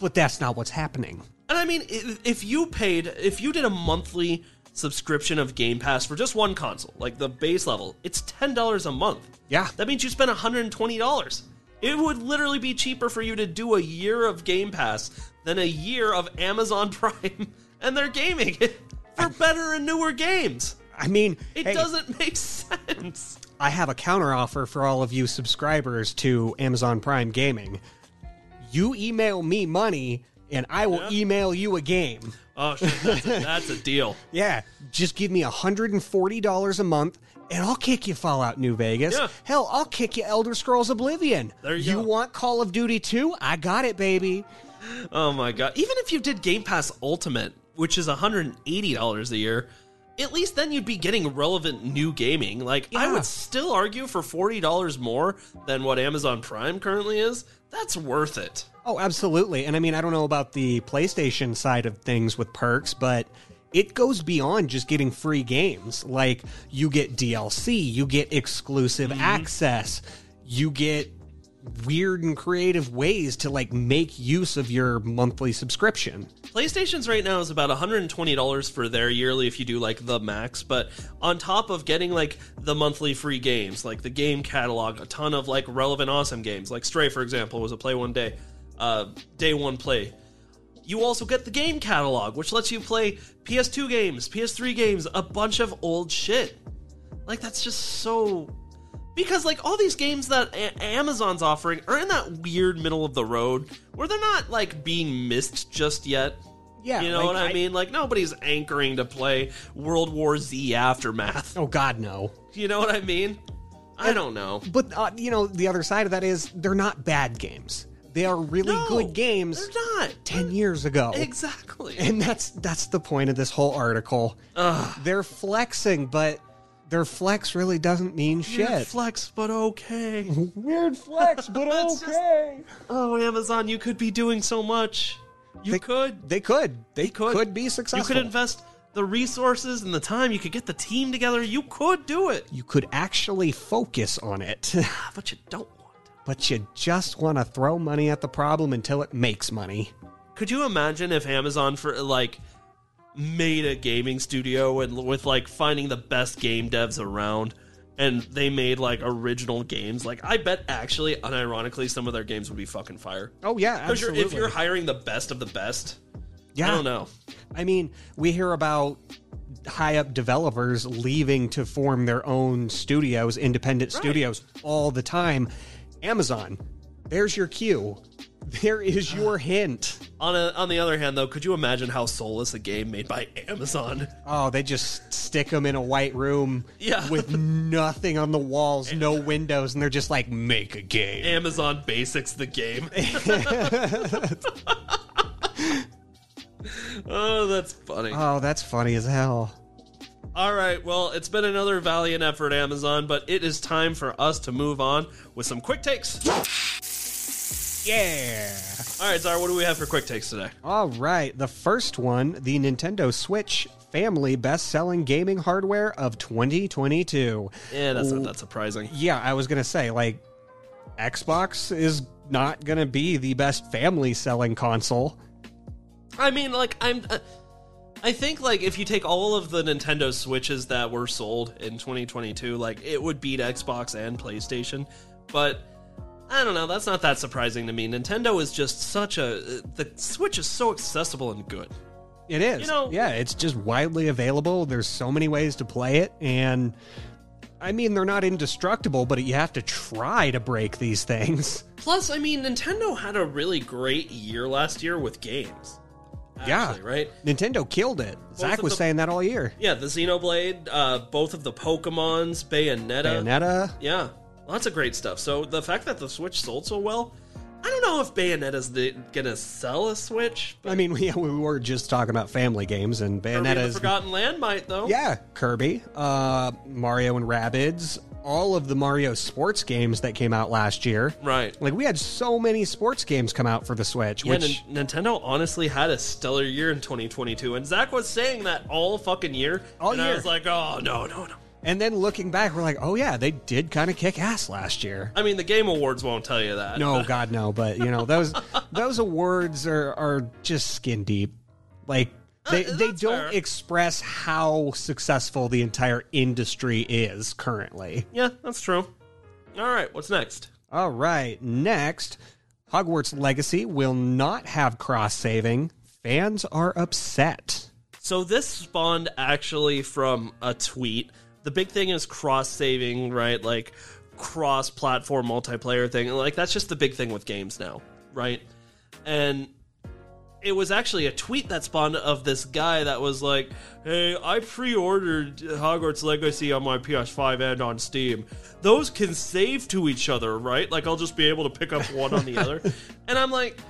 S3: But that's not what's happening.
S2: And I mean, i- if you paid, if you did a monthly subscription of Game Pass for just one console, like the base level, it's ten dollars a month.
S3: Yeah.
S2: that means you spend one hundred and twenty dollars. It would literally be cheaper for you to do a year of Game Pass than a year of Amazon Prime and their gaming for better and newer games.
S3: I mean,
S2: It
S3: hey,
S2: doesn't make sense.
S3: I have a counteroffer for all of you subscribers to Amazon Prime Gaming. You email me money, and I will email you a game.
S2: Oh shit, that's a, that's a deal.
S3: Yeah, just give me $140 a month and I'll kick you Fallout New Vegas.
S2: Yeah.
S3: Hell, I'll kick you Elder Scrolls Oblivion.
S2: There you go.
S3: want Call of Duty 2? I got it, baby.
S2: Oh my god! Even if you did Game Pass Ultimate, which is one hundred and eighty dollars a year, at least then you'd be getting relevant new gaming. Like I
S3: Yeah.
S2: would still argue for forty dollars more than what Amazon Prime currently is. That's worth it.
S3: Oh, absolutely. And I mean, I don't know about the PlayStation side of things with perks, but it goes beyond just getting free games. Like, you get DLC, you get exclusive
S2: Mm-hmm.
S3: access, you get weird and creative ways to like make use of your monthly subscription.
S2: PlayStation's right now is about $120 for their yearly if you do like the max, but on top of getting like the monthly free games, like the game catalog, a ton of like relevant awesome games, like Stray for example was a play one day, uh, day one play. You also get the game catalog, which lets you play PS2 games, PS3 games, a bunch of old shit. Like that's just so because like all these games that a- Amazon's offering are in that weird middle of the road where they're not like being missed just yet.
S3: Yeah,
S2: you know
S3: like,
S2: what I,
S3: I-
S2: mean? Like nobody's anchoring to play World War Z aftermath.
S3: Oh, God, no.
S2: You know what I mean? I don't know.
S3: But uh, you know, the other side of that is they're not bad games. They are really
S2: No,
S3: good games.
S2: They're not
S3: Ten years ago,
S2: exactly.
S3: and that's that's the point of this whole article. They're flexing, but their flex really doesn't mean
S2: Weird
S3: shit.
S2: flex, but okay.
S3: Weird flex, but
S2: That's just-
S3: okay.
S2: Oh, Amazon, you could be doing so much. You
S3: They-
S2: could.
S3: They could. They
S2: could.
S3: could. be successful.
S2: You could invest the resources and the time. You could get the team together. You could do it.
S3: You could actually focus on it,
S2: Ah, But you don't want to.
S3: but you just want to throw money at the problem until it makes money.
S2: Could you imagine if Amazon for like made a gaming studio and with like finding the best game devs around and they made like original games? Like I bet actually unironically some of their games would be fucking fire.
S3: Oh yeah,
S2: 'Cause you're-
S3: absolutely.
S2: if you're hiring the best of the best,
S3: yeah.
S2: I don't know.
S3: I mean, we hear about high up developers leaving to form their own studios, independent studios, all the time. Amazon, there's your cue. There is your hint.
S2: On a, on the other hand though, could you imagine how soulless a game made by Amazon?
S3: Oh, they just stick them in a white room
S2: Yeah.
S3: with nothing on the walls, no windows, and they're just like, make a game.
S2: Amazon Basics the game. oh, that's funny.
S3: Oh, that's funny as hell.
S2: All right, well, it's been another valiant effort, Amazon, but it is time for us to move on with some quick takes.
S3: Yeah.
S2: All right, Zara, what do we have for quick takes today?
S3: All right. The first one the Nintendo Switch family best selling gaming hardware of 2022.
S2: Yeah, that's not that surprising.
S3: yeah, I was gonna say like Xbox is not gonna be the best family selling console.
S2: I mean, like, I'm. Uh, I think, like, if you take all of the Nintendo Switches that were sold in 2022, like, it would beat Xbox and PlayStation. But I don't know, that's not that surprising to me. Nintendo is just such a. uh, The Switch is so accessible and good.
S3: It is.
S2: You know-
S3: yeah, it's just widely available. There's so many ways to play it and I mean they're not indestructible, but you have to try to break these things.
S2: Plus, I mean, Nintendo had a really great year last year with games.
S3: Yeah.
S2: actually, Right?
S3: Nintendo killed it. Zach
S2: of
S3: was
S2: the-
S3: saying that all year.
S2: Yeah, the Xenoblade, uh, both of the Pokemons, Bayonetta.
S3: Bayonetta.
S2: Yeah, lots of great stuff. So the fact that the Switch sold so well, I don't know if Bayonetta's the, gonna sell a Switch.
S3: I mean, we, we were just talking about family games and
S2: Kirby and
S3: Bayonetta
S2: the
S3: is
S2: Forgotten Land might, though.
S3: Yeah, Kirby, uh, Mario and Rabbids, all of the Mario sports games that came out last year.
S2: Right.
S3: Like we had so many sports games come out for the Switch,
S2: Yeah,
S3: which
S2: Nin- Nintendo honestly had a stellar year in 2022, and Zach was saying that all fucking year.
S3: All
S2: and I
S3: year.
S2: was like, oh no, no, no.
S3: and then looking back, we're like, oh yeah, they did kind of kick ass last year.
S2: I mean, the Game Awards won't tell you that.
S3: No, God no, but you know those those awards are are just skin deep. Like They,
S2: Uh,
S3: they
S2: that's fair.
S3: don't express how successful the entire industry is currently.
S2: Yeah, that's true. All right, what's next?
S3: All right, next, Hogwarts Legacy will not have cross saving. Fans are upset.
S2: So this spawned actually from a tweet. The big thing is cross saving, right? Like cross platform multiplayer thing. Like that's just the big thing with games now, right? And it was actually a tweet that spawned of this guy that was like, "Hey, I pre-ordered Hogwarts Legacy on my PS5 and on Steam. Those can save to each other, right? Like I'll just be able to pick up one on the other." And I'm like,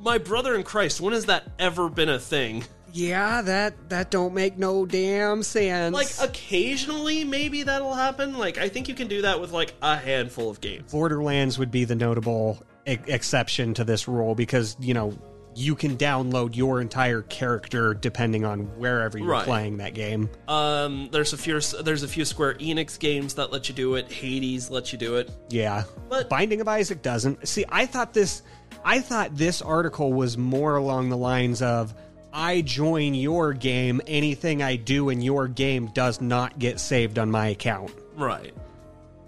S2: "My brother in Christ, when has that ever been a thing?"
S3: Yeah, that that don't make no damn sense.
S2: Like occasionally, maybe that'll happen. Like I think you can do that with like a handful of games.
S3: Borderlands would be the notable e- exception to this rule because, you know, you can download your entire character depending on wherever you're
S2: Right.
S3: playing that game.
S2: Um, there's a few there's a few Square Enix games that let you do it. Hades lets you do it.
S3: Yeah.
S2: But-
S3: Binding of Isaac doesn't. See, I thought this I thought this article was more along the lines of I join your game, anything I do in your game does not get saved on my account.
S2: Right.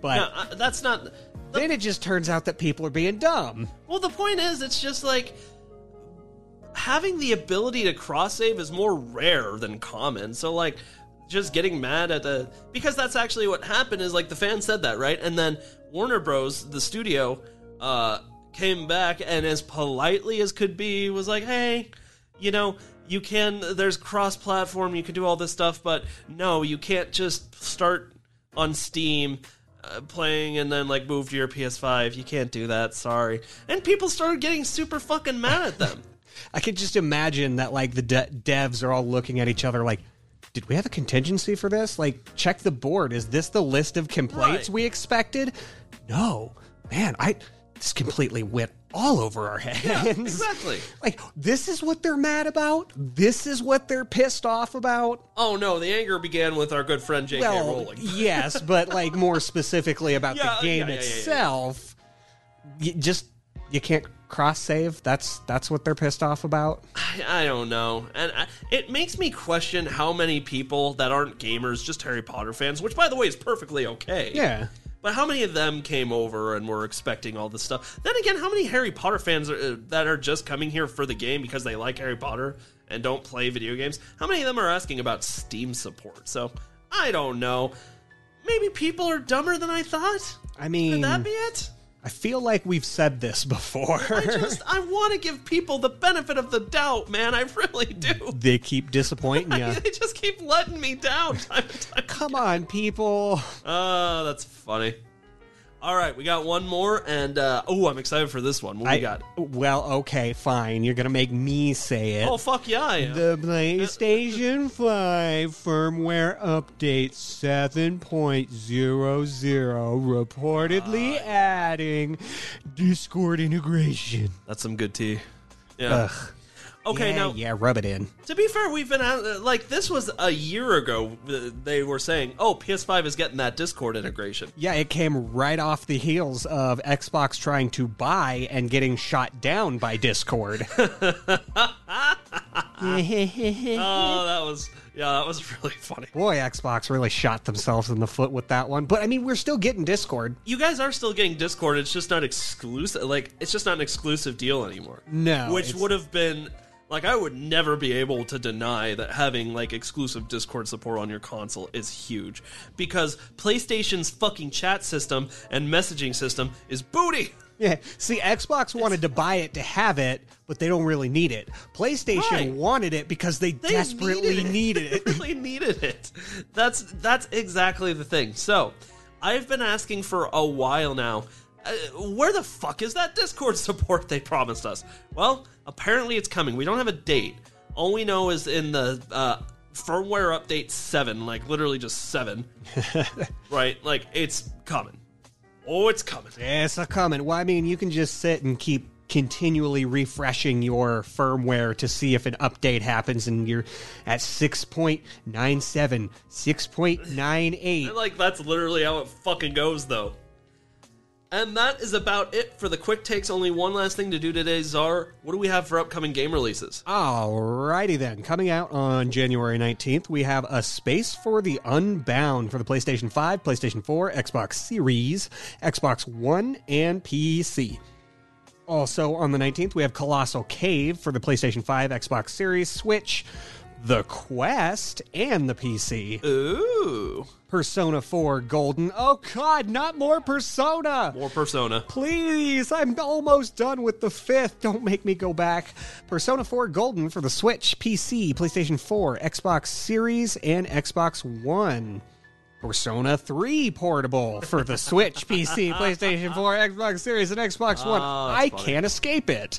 S3: But
S2: Now, uh, that's not.
S3: then it just turns out that people are being dumb.
S2: Well, the point is, it's just like having the ability to cross save is more rare than common. So like just getting mad at the because that's actually what happened is like the fan said that, right? And then Warner Bros, the studio, uh came back and as politely as could be was like, "Hey, you know, you can there's cross platform, you can do all this stuff, but no, you can't just start on Steam uh, playing and then like move to your PS5. You can't do that. Sorry." And people started getting super fucking mad at them.
S3: I could just imagine that like the de- devs are all looking at each other like did we have a contingency for this? Like check the board. Is this the list of complaints
S2: Right.
S3: we expected? No. Man, I this completely went all over our heads.
S2: exactly.
S3: Like, this is what they're mad about. This is what they're pissed off about.
S2: Oh no, the anger began with our good friend J.K.
S3: Well,
S2: Rowling.
S3: yes, but like more specifically about
S2: Yeah,
S3: the game
S2: yeah, yeah, yeah, yeah.
S3: itself. You just you can't cross save. That's that's what they're pissed off about.
S2: I, I don't know, and I, it makes me question how many people that aren't gamers, just Harry Potter fans, which by the way is perfectly okay.
S3: Yeah.
S2: But how many of them came over and were expecting all this stuff? Then again, how many Harry Potter fans are, uh, that are just coming here for the game because they like Harry Potter and don't play video games? How many of them are asking about Steam support? So I don't know. Maybe people are dumber than I thought.
S3: I mean,
S2: Could that be it?
S3: I feel like we've said this before.
S2: I just I want to give people the benefit of the doubt, man. I really do.
S3: they keep disappointing you.
S2: they just keep letting me down. Time and time.
S3: Come on, people.
S2: Uh, that's funny. All right, we got one more, and uh, oh, I'm excited for this one. What we got?
S3: Well, okay, fine. You're gonna make me say it.
S2: Oh fuck yeah, I am.
S3: The PlayStation 5 firmware update 7.00 reportedly adding Discord integration.
S2: that's some good tea. Yeah. Okay,
S3: yeah,
S2: now
S3: yeah, rub it in.
S2: to be fair, we've been out, uh, like this was a year ago. uh, They were saying, "Oh, PS5 is getting that Discord integration."
S3: Yeah, it came right off the heels of Xbox trying to buy and getting shot down by Discord.
S2: Oh, that was yeah, that was really funny.
S3: Boy, Xbox really shot themselves in the foot with that one. But I mean, we're still getting Discord.
S2: you guys are still getting Discord. It's just not exclusive. Like it's just not an exclusive deal anymore.
S3: No,
S2: which
S3: it's-
S2: would have been like I would never be able to deny that having like exclusive Discord support on your console is huge because PlayStation's fucking chat system and messaging system is booty.
S3: Yeah. See, Xbox wanted to buy it to have it, but they don't really need it. PlayStation
S2: Right.
S3: wanted it because they,
S2: They
S3: desperately needed it.
S2: They really needed it. That's that's exactly the thing. So, I've been asking for a while now. Uh, where the fuck is that Discord support they promised us? Well, apparently it's coming. We don't have a date. All we know is in the uh, firmware update seven, like literally just seven, right? Like it's coming. Oh, it's coming.
S3: It's a coming. Well, I mean, you can just sit and keep continually refreshing your firmware to see if an update happens and you're at 6.97 6.98
S2: Like that's literally how it fucking goes, though. And that is about it for the quick takes. Only one last thing to do today, Czar. What do we have for upcoming game releases?
S3: Alrighty then. Coming out on January 19th, we have A Space for the Unbound for the PlayStation 5, PlayStation 4, Xbox Series, Xbox One, and PC. Also on the 19th, we have Colossal Cave for the PlayStation 5, Xbox Series, Switch, The Quest, and the PC.
S2: Ooh,
S3: Persona 4 Golden. Oh god, not more Persona!
S2: more Persona.
S3: Please, I'm almost done with the fifth. Don't make me go back. Persona 4 Golden for the Switch, PC, PlayStation 4, Xbox Series, and Xbox One. Persona 3 Portable for the Switch, PC, PlayStation 4, Xbox Series, and Xbox One. I can't escape it.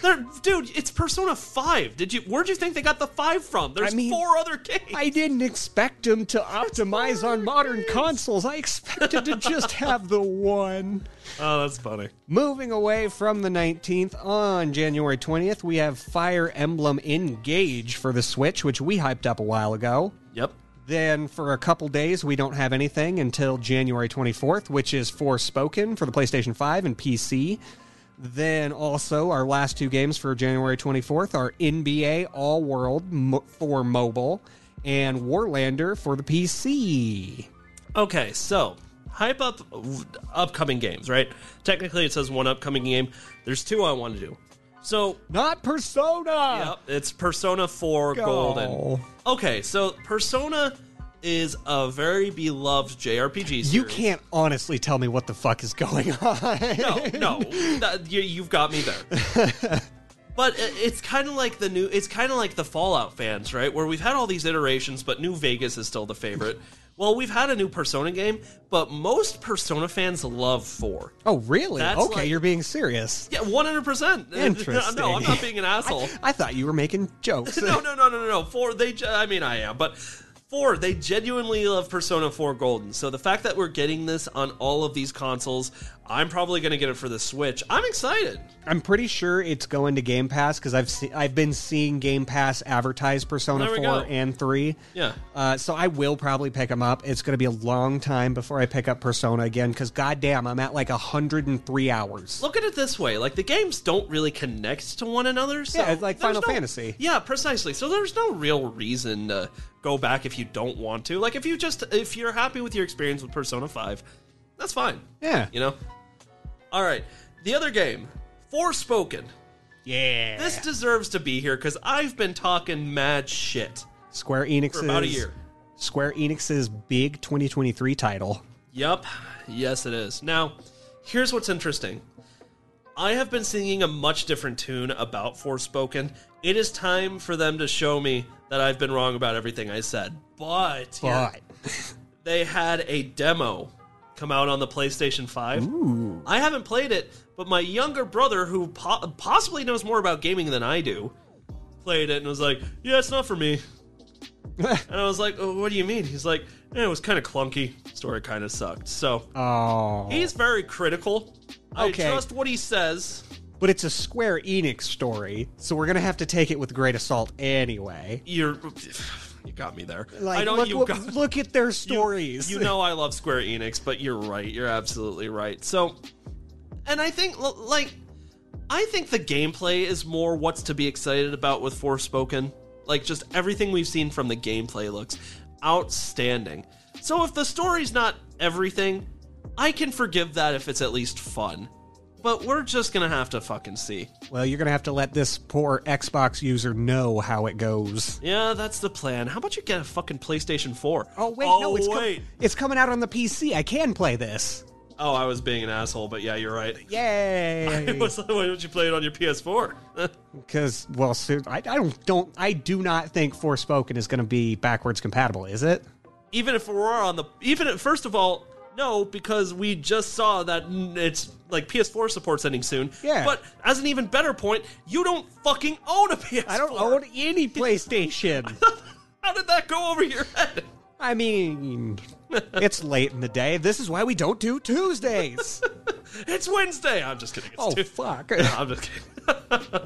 S2: They're, dude, it's Persona Five. Did you? Where'd you think they got the five from? There's
S3: I mean,
S2: four other games.
S3: I didn't expect them to optimize on modern consoles. I expected to just have the one.
S2: oh, that's funny.
S3: Moving away from the 19th on January 20th, we have Fire Emblem Engage for the Switch, which we hyped up a while ago.
S2: Yep.
S3: Then for a couple days, we don't have anything until January 24th, which is Forspoken for the PlayStation 5 and PC. Then also, our last two games for January 24th are NBA All World mo- for mobile and Warlander for the PC.
S2: Okay, so hype up w- upcoming games, right? Technically, it says one upcoming game. There's two I want to do. So
S3: Not Persona!
S2: Yep, it's Persona 4
S3: Go.
S2: Golden. Okay, so Persona is a very beloved JRPG series.
S3: You can't honestly tell me what the fuck is going on.
S2: No, no. That- you, you've got me there. But i- it's kind of like the new. It's kind of like the Fallout fans, right? Where we've had all these iterations, but New Vegas is still the favorite. Well, we've had a new Persona game, but most Persona fans love four.
S3: Oh, really?
S2: That's
S3: okay,
S2: like-
S3: you're being serious.
S2: Yeah, one hundred percent.
S3: Interesting.
S2: No, I'm not being an asshole.
S3: I thought you were making jokes.
S2: no, no, no, no, no. Four, they. ge- I mean, I am, but four, they genuinely love Persona Four Golden. So the fact that we're getting this on all of these consoles, I'm probably going to get it for the Switch. I'm excited.
S3: I'm pretty sure it's going to Game Pass because I've se- I've been seeing Game Pass advertise Persona
S2: There we
S3: 4
S2: go.
S3: and 3.
S2: Yeah.
S3: Uh, so I will probably pick them up. It's going to be a long time before I pick up Persona again because goddamn, I'm at like 103 hours.
S2: Look at it this way: like the games don't really connect to one another. So
S3: Yeah, it's like
S2: there's
S3: Final
S2: no-
S3: Fantasy.
S2: Yeah, precisely. So there's no real reason to go back if you don't want to. Like if you just if you're happy with your experience with Persona Five, that's fine.
S3: Yeah.
S2: You know. All right. The other game, Forspoken.
S3: Yeah.
S2: This deserves to be here because I've been talking mad shit.
S3: Square Enix's
S2: about a year.
S3: Square Enix's big 2023 title.
S2: Yup. Yes, it is. Now, here's what's interesting. I have been singing a much different tune about Forspoken. It is time for them to show me that I've been wrong about everything I said. But, here-
S3: But
S2: they had a demo come out on the PlayStation 5. I haven't played it, but my younger brother, who po- possibly knows more about gaming than I do, played it and was like, Yeah, it's not for me. And I was like, oh, "What do you mean?" He's like, eh, "It was kind of clunky. Story kind of sucked." So
S3: oh.
S2: he's very critical.
S3: Okay.
S2: I trust what he says.
S3: But it's a Square Enix story, so we're gonna have to take it with great assault anyway.
S2: You're, you got me there.
S3: Like,
S2: I know
S3: look,
S2: you
S3: look,
S2: got
S3: look at their
S2: you-
S3: stories.
S2: You, know, I love Square Enix, but you're right. You're absolutely right. So, and I think l- like I think the gameplay is more what's to be excited about with Forspoken. Like just everything we've seen from the gameplay looks outstanding. So if the story's not everything, I can forgive that if it's at least fun. But we're just gonna have to fucking see.
S3: well, you're gonna have to let this poor Xbox user know how it goes.
S2: Yeah, that's the plan. How about you get a fucking PlayStation 4?
S3: Oh wait, no, it's com-
S2: wait.
S3: it's coming out on the PC. I can play this.
S2: oh, I was being an asshole, but yeah, you're right.
S3: Yay!
S2: What's- why don't you play it on your PS4?
S3: Because well, so, I, I don't don't I do not think Forspoken is gonna be backwards compatible, is it?
S2: even if we're on the even if, first of all, no, because we just saw that n- it's like PS4 support's ending soon.
S3: Yeah.
S2: But as an even better point, you don't fucking own a PS4.
S3: I don't own any PlayStation.
S2: How did that go over your head?
S3: I mean, it's late in the day. This is why we don't do Tuesdays.
S2: It's Wednesday. I'm just kidding. It's
S3: Oh
S2: too-
S3: fuck!
S2: I'm just kidding.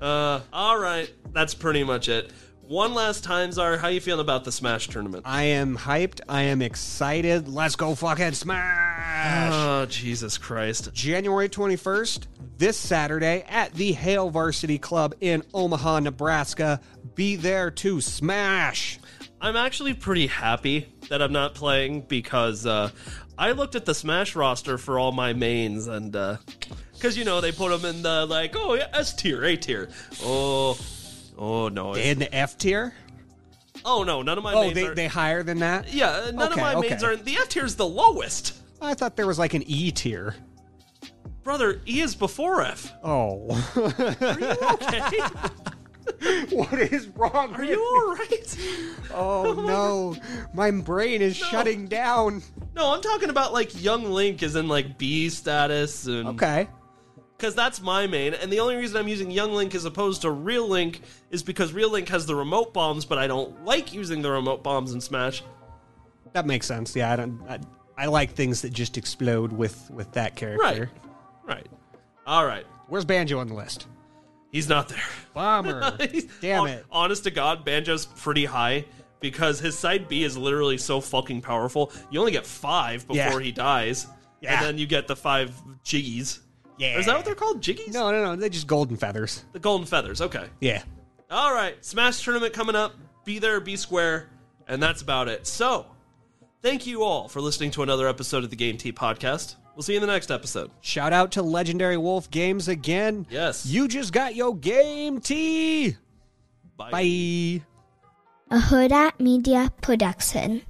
S2: uh, all right, that's pretty much it. One last time, Czar, how you feeling about the Smash tournament?
S3: I am hyped. I am excited. Let's go fucking smash!
S2: Oh, Jesus Christ.
S3: January 21st, this Saturday at the Hale Varsity Club in Omaha, Nebraska. Be there to smash.
S2: I'm actually pretty happy that I'm not playing because uh, I looked at the Smash roster for all my mains and because you know they put them in the like oh yeah S tier A tier oh oh no it's-
S3: In the F tier?
S2: oh no none of my
S3: Oh,
S2: mains
S3: they,
S2: are
S3: they higher than that?
S2: yeah none of
S3: Okay,
S2: my mains
S3: okay.
S2: are in the F tier is the lowest
S3: I thought there was like an E tier.
S2: brother E is before F
S3: Oh.
S2: okay
S3: what is wrong?
S2: are you all right
S3: Oh, no. My brain is shutting down.
S2: no I'm talking about like young Link is in like B status and
S3: Okay.
S2: because that's my main. And the only reason I'm using Young Link as opposed to Real Link is because Real Link has the remote bombs, but I don't like using the remote bombs in Smash.
S3: That makes sense. Yeah, I don't. I, I like things that just explode with with that character.
S2: Right. Right. All right.
S3: Where's Banjo on the list?
S2: He's not there.
S3: Bomber.
S2: He's-
S3: Damn
S2: hon-
S3: it.
S2: Honest to God, Banjo's pretty high because his side B is literally so fucking powerful. You only get five before
S3: Yeah.
S2: he dies.
S3: Yeah.
S2: And then you get the five jiggies.
S3: Yeah.
S2: Is that what they're called? Jiggies?
S3: No, no, no. They just golden feathers.
S2: The golden feathers. Okay.
S3: Yeah.
S2: All right, Smash tournament coming up. Be there, be square, and that's about it. So, thank you all for listening to another episode of the Game T podcast. We'll see you in the next episode.
S3: Shout out to Legendary Wolf Games again.
S2: Yes.
S3: You just got your game T. Bye.
S4: a Huda Media production.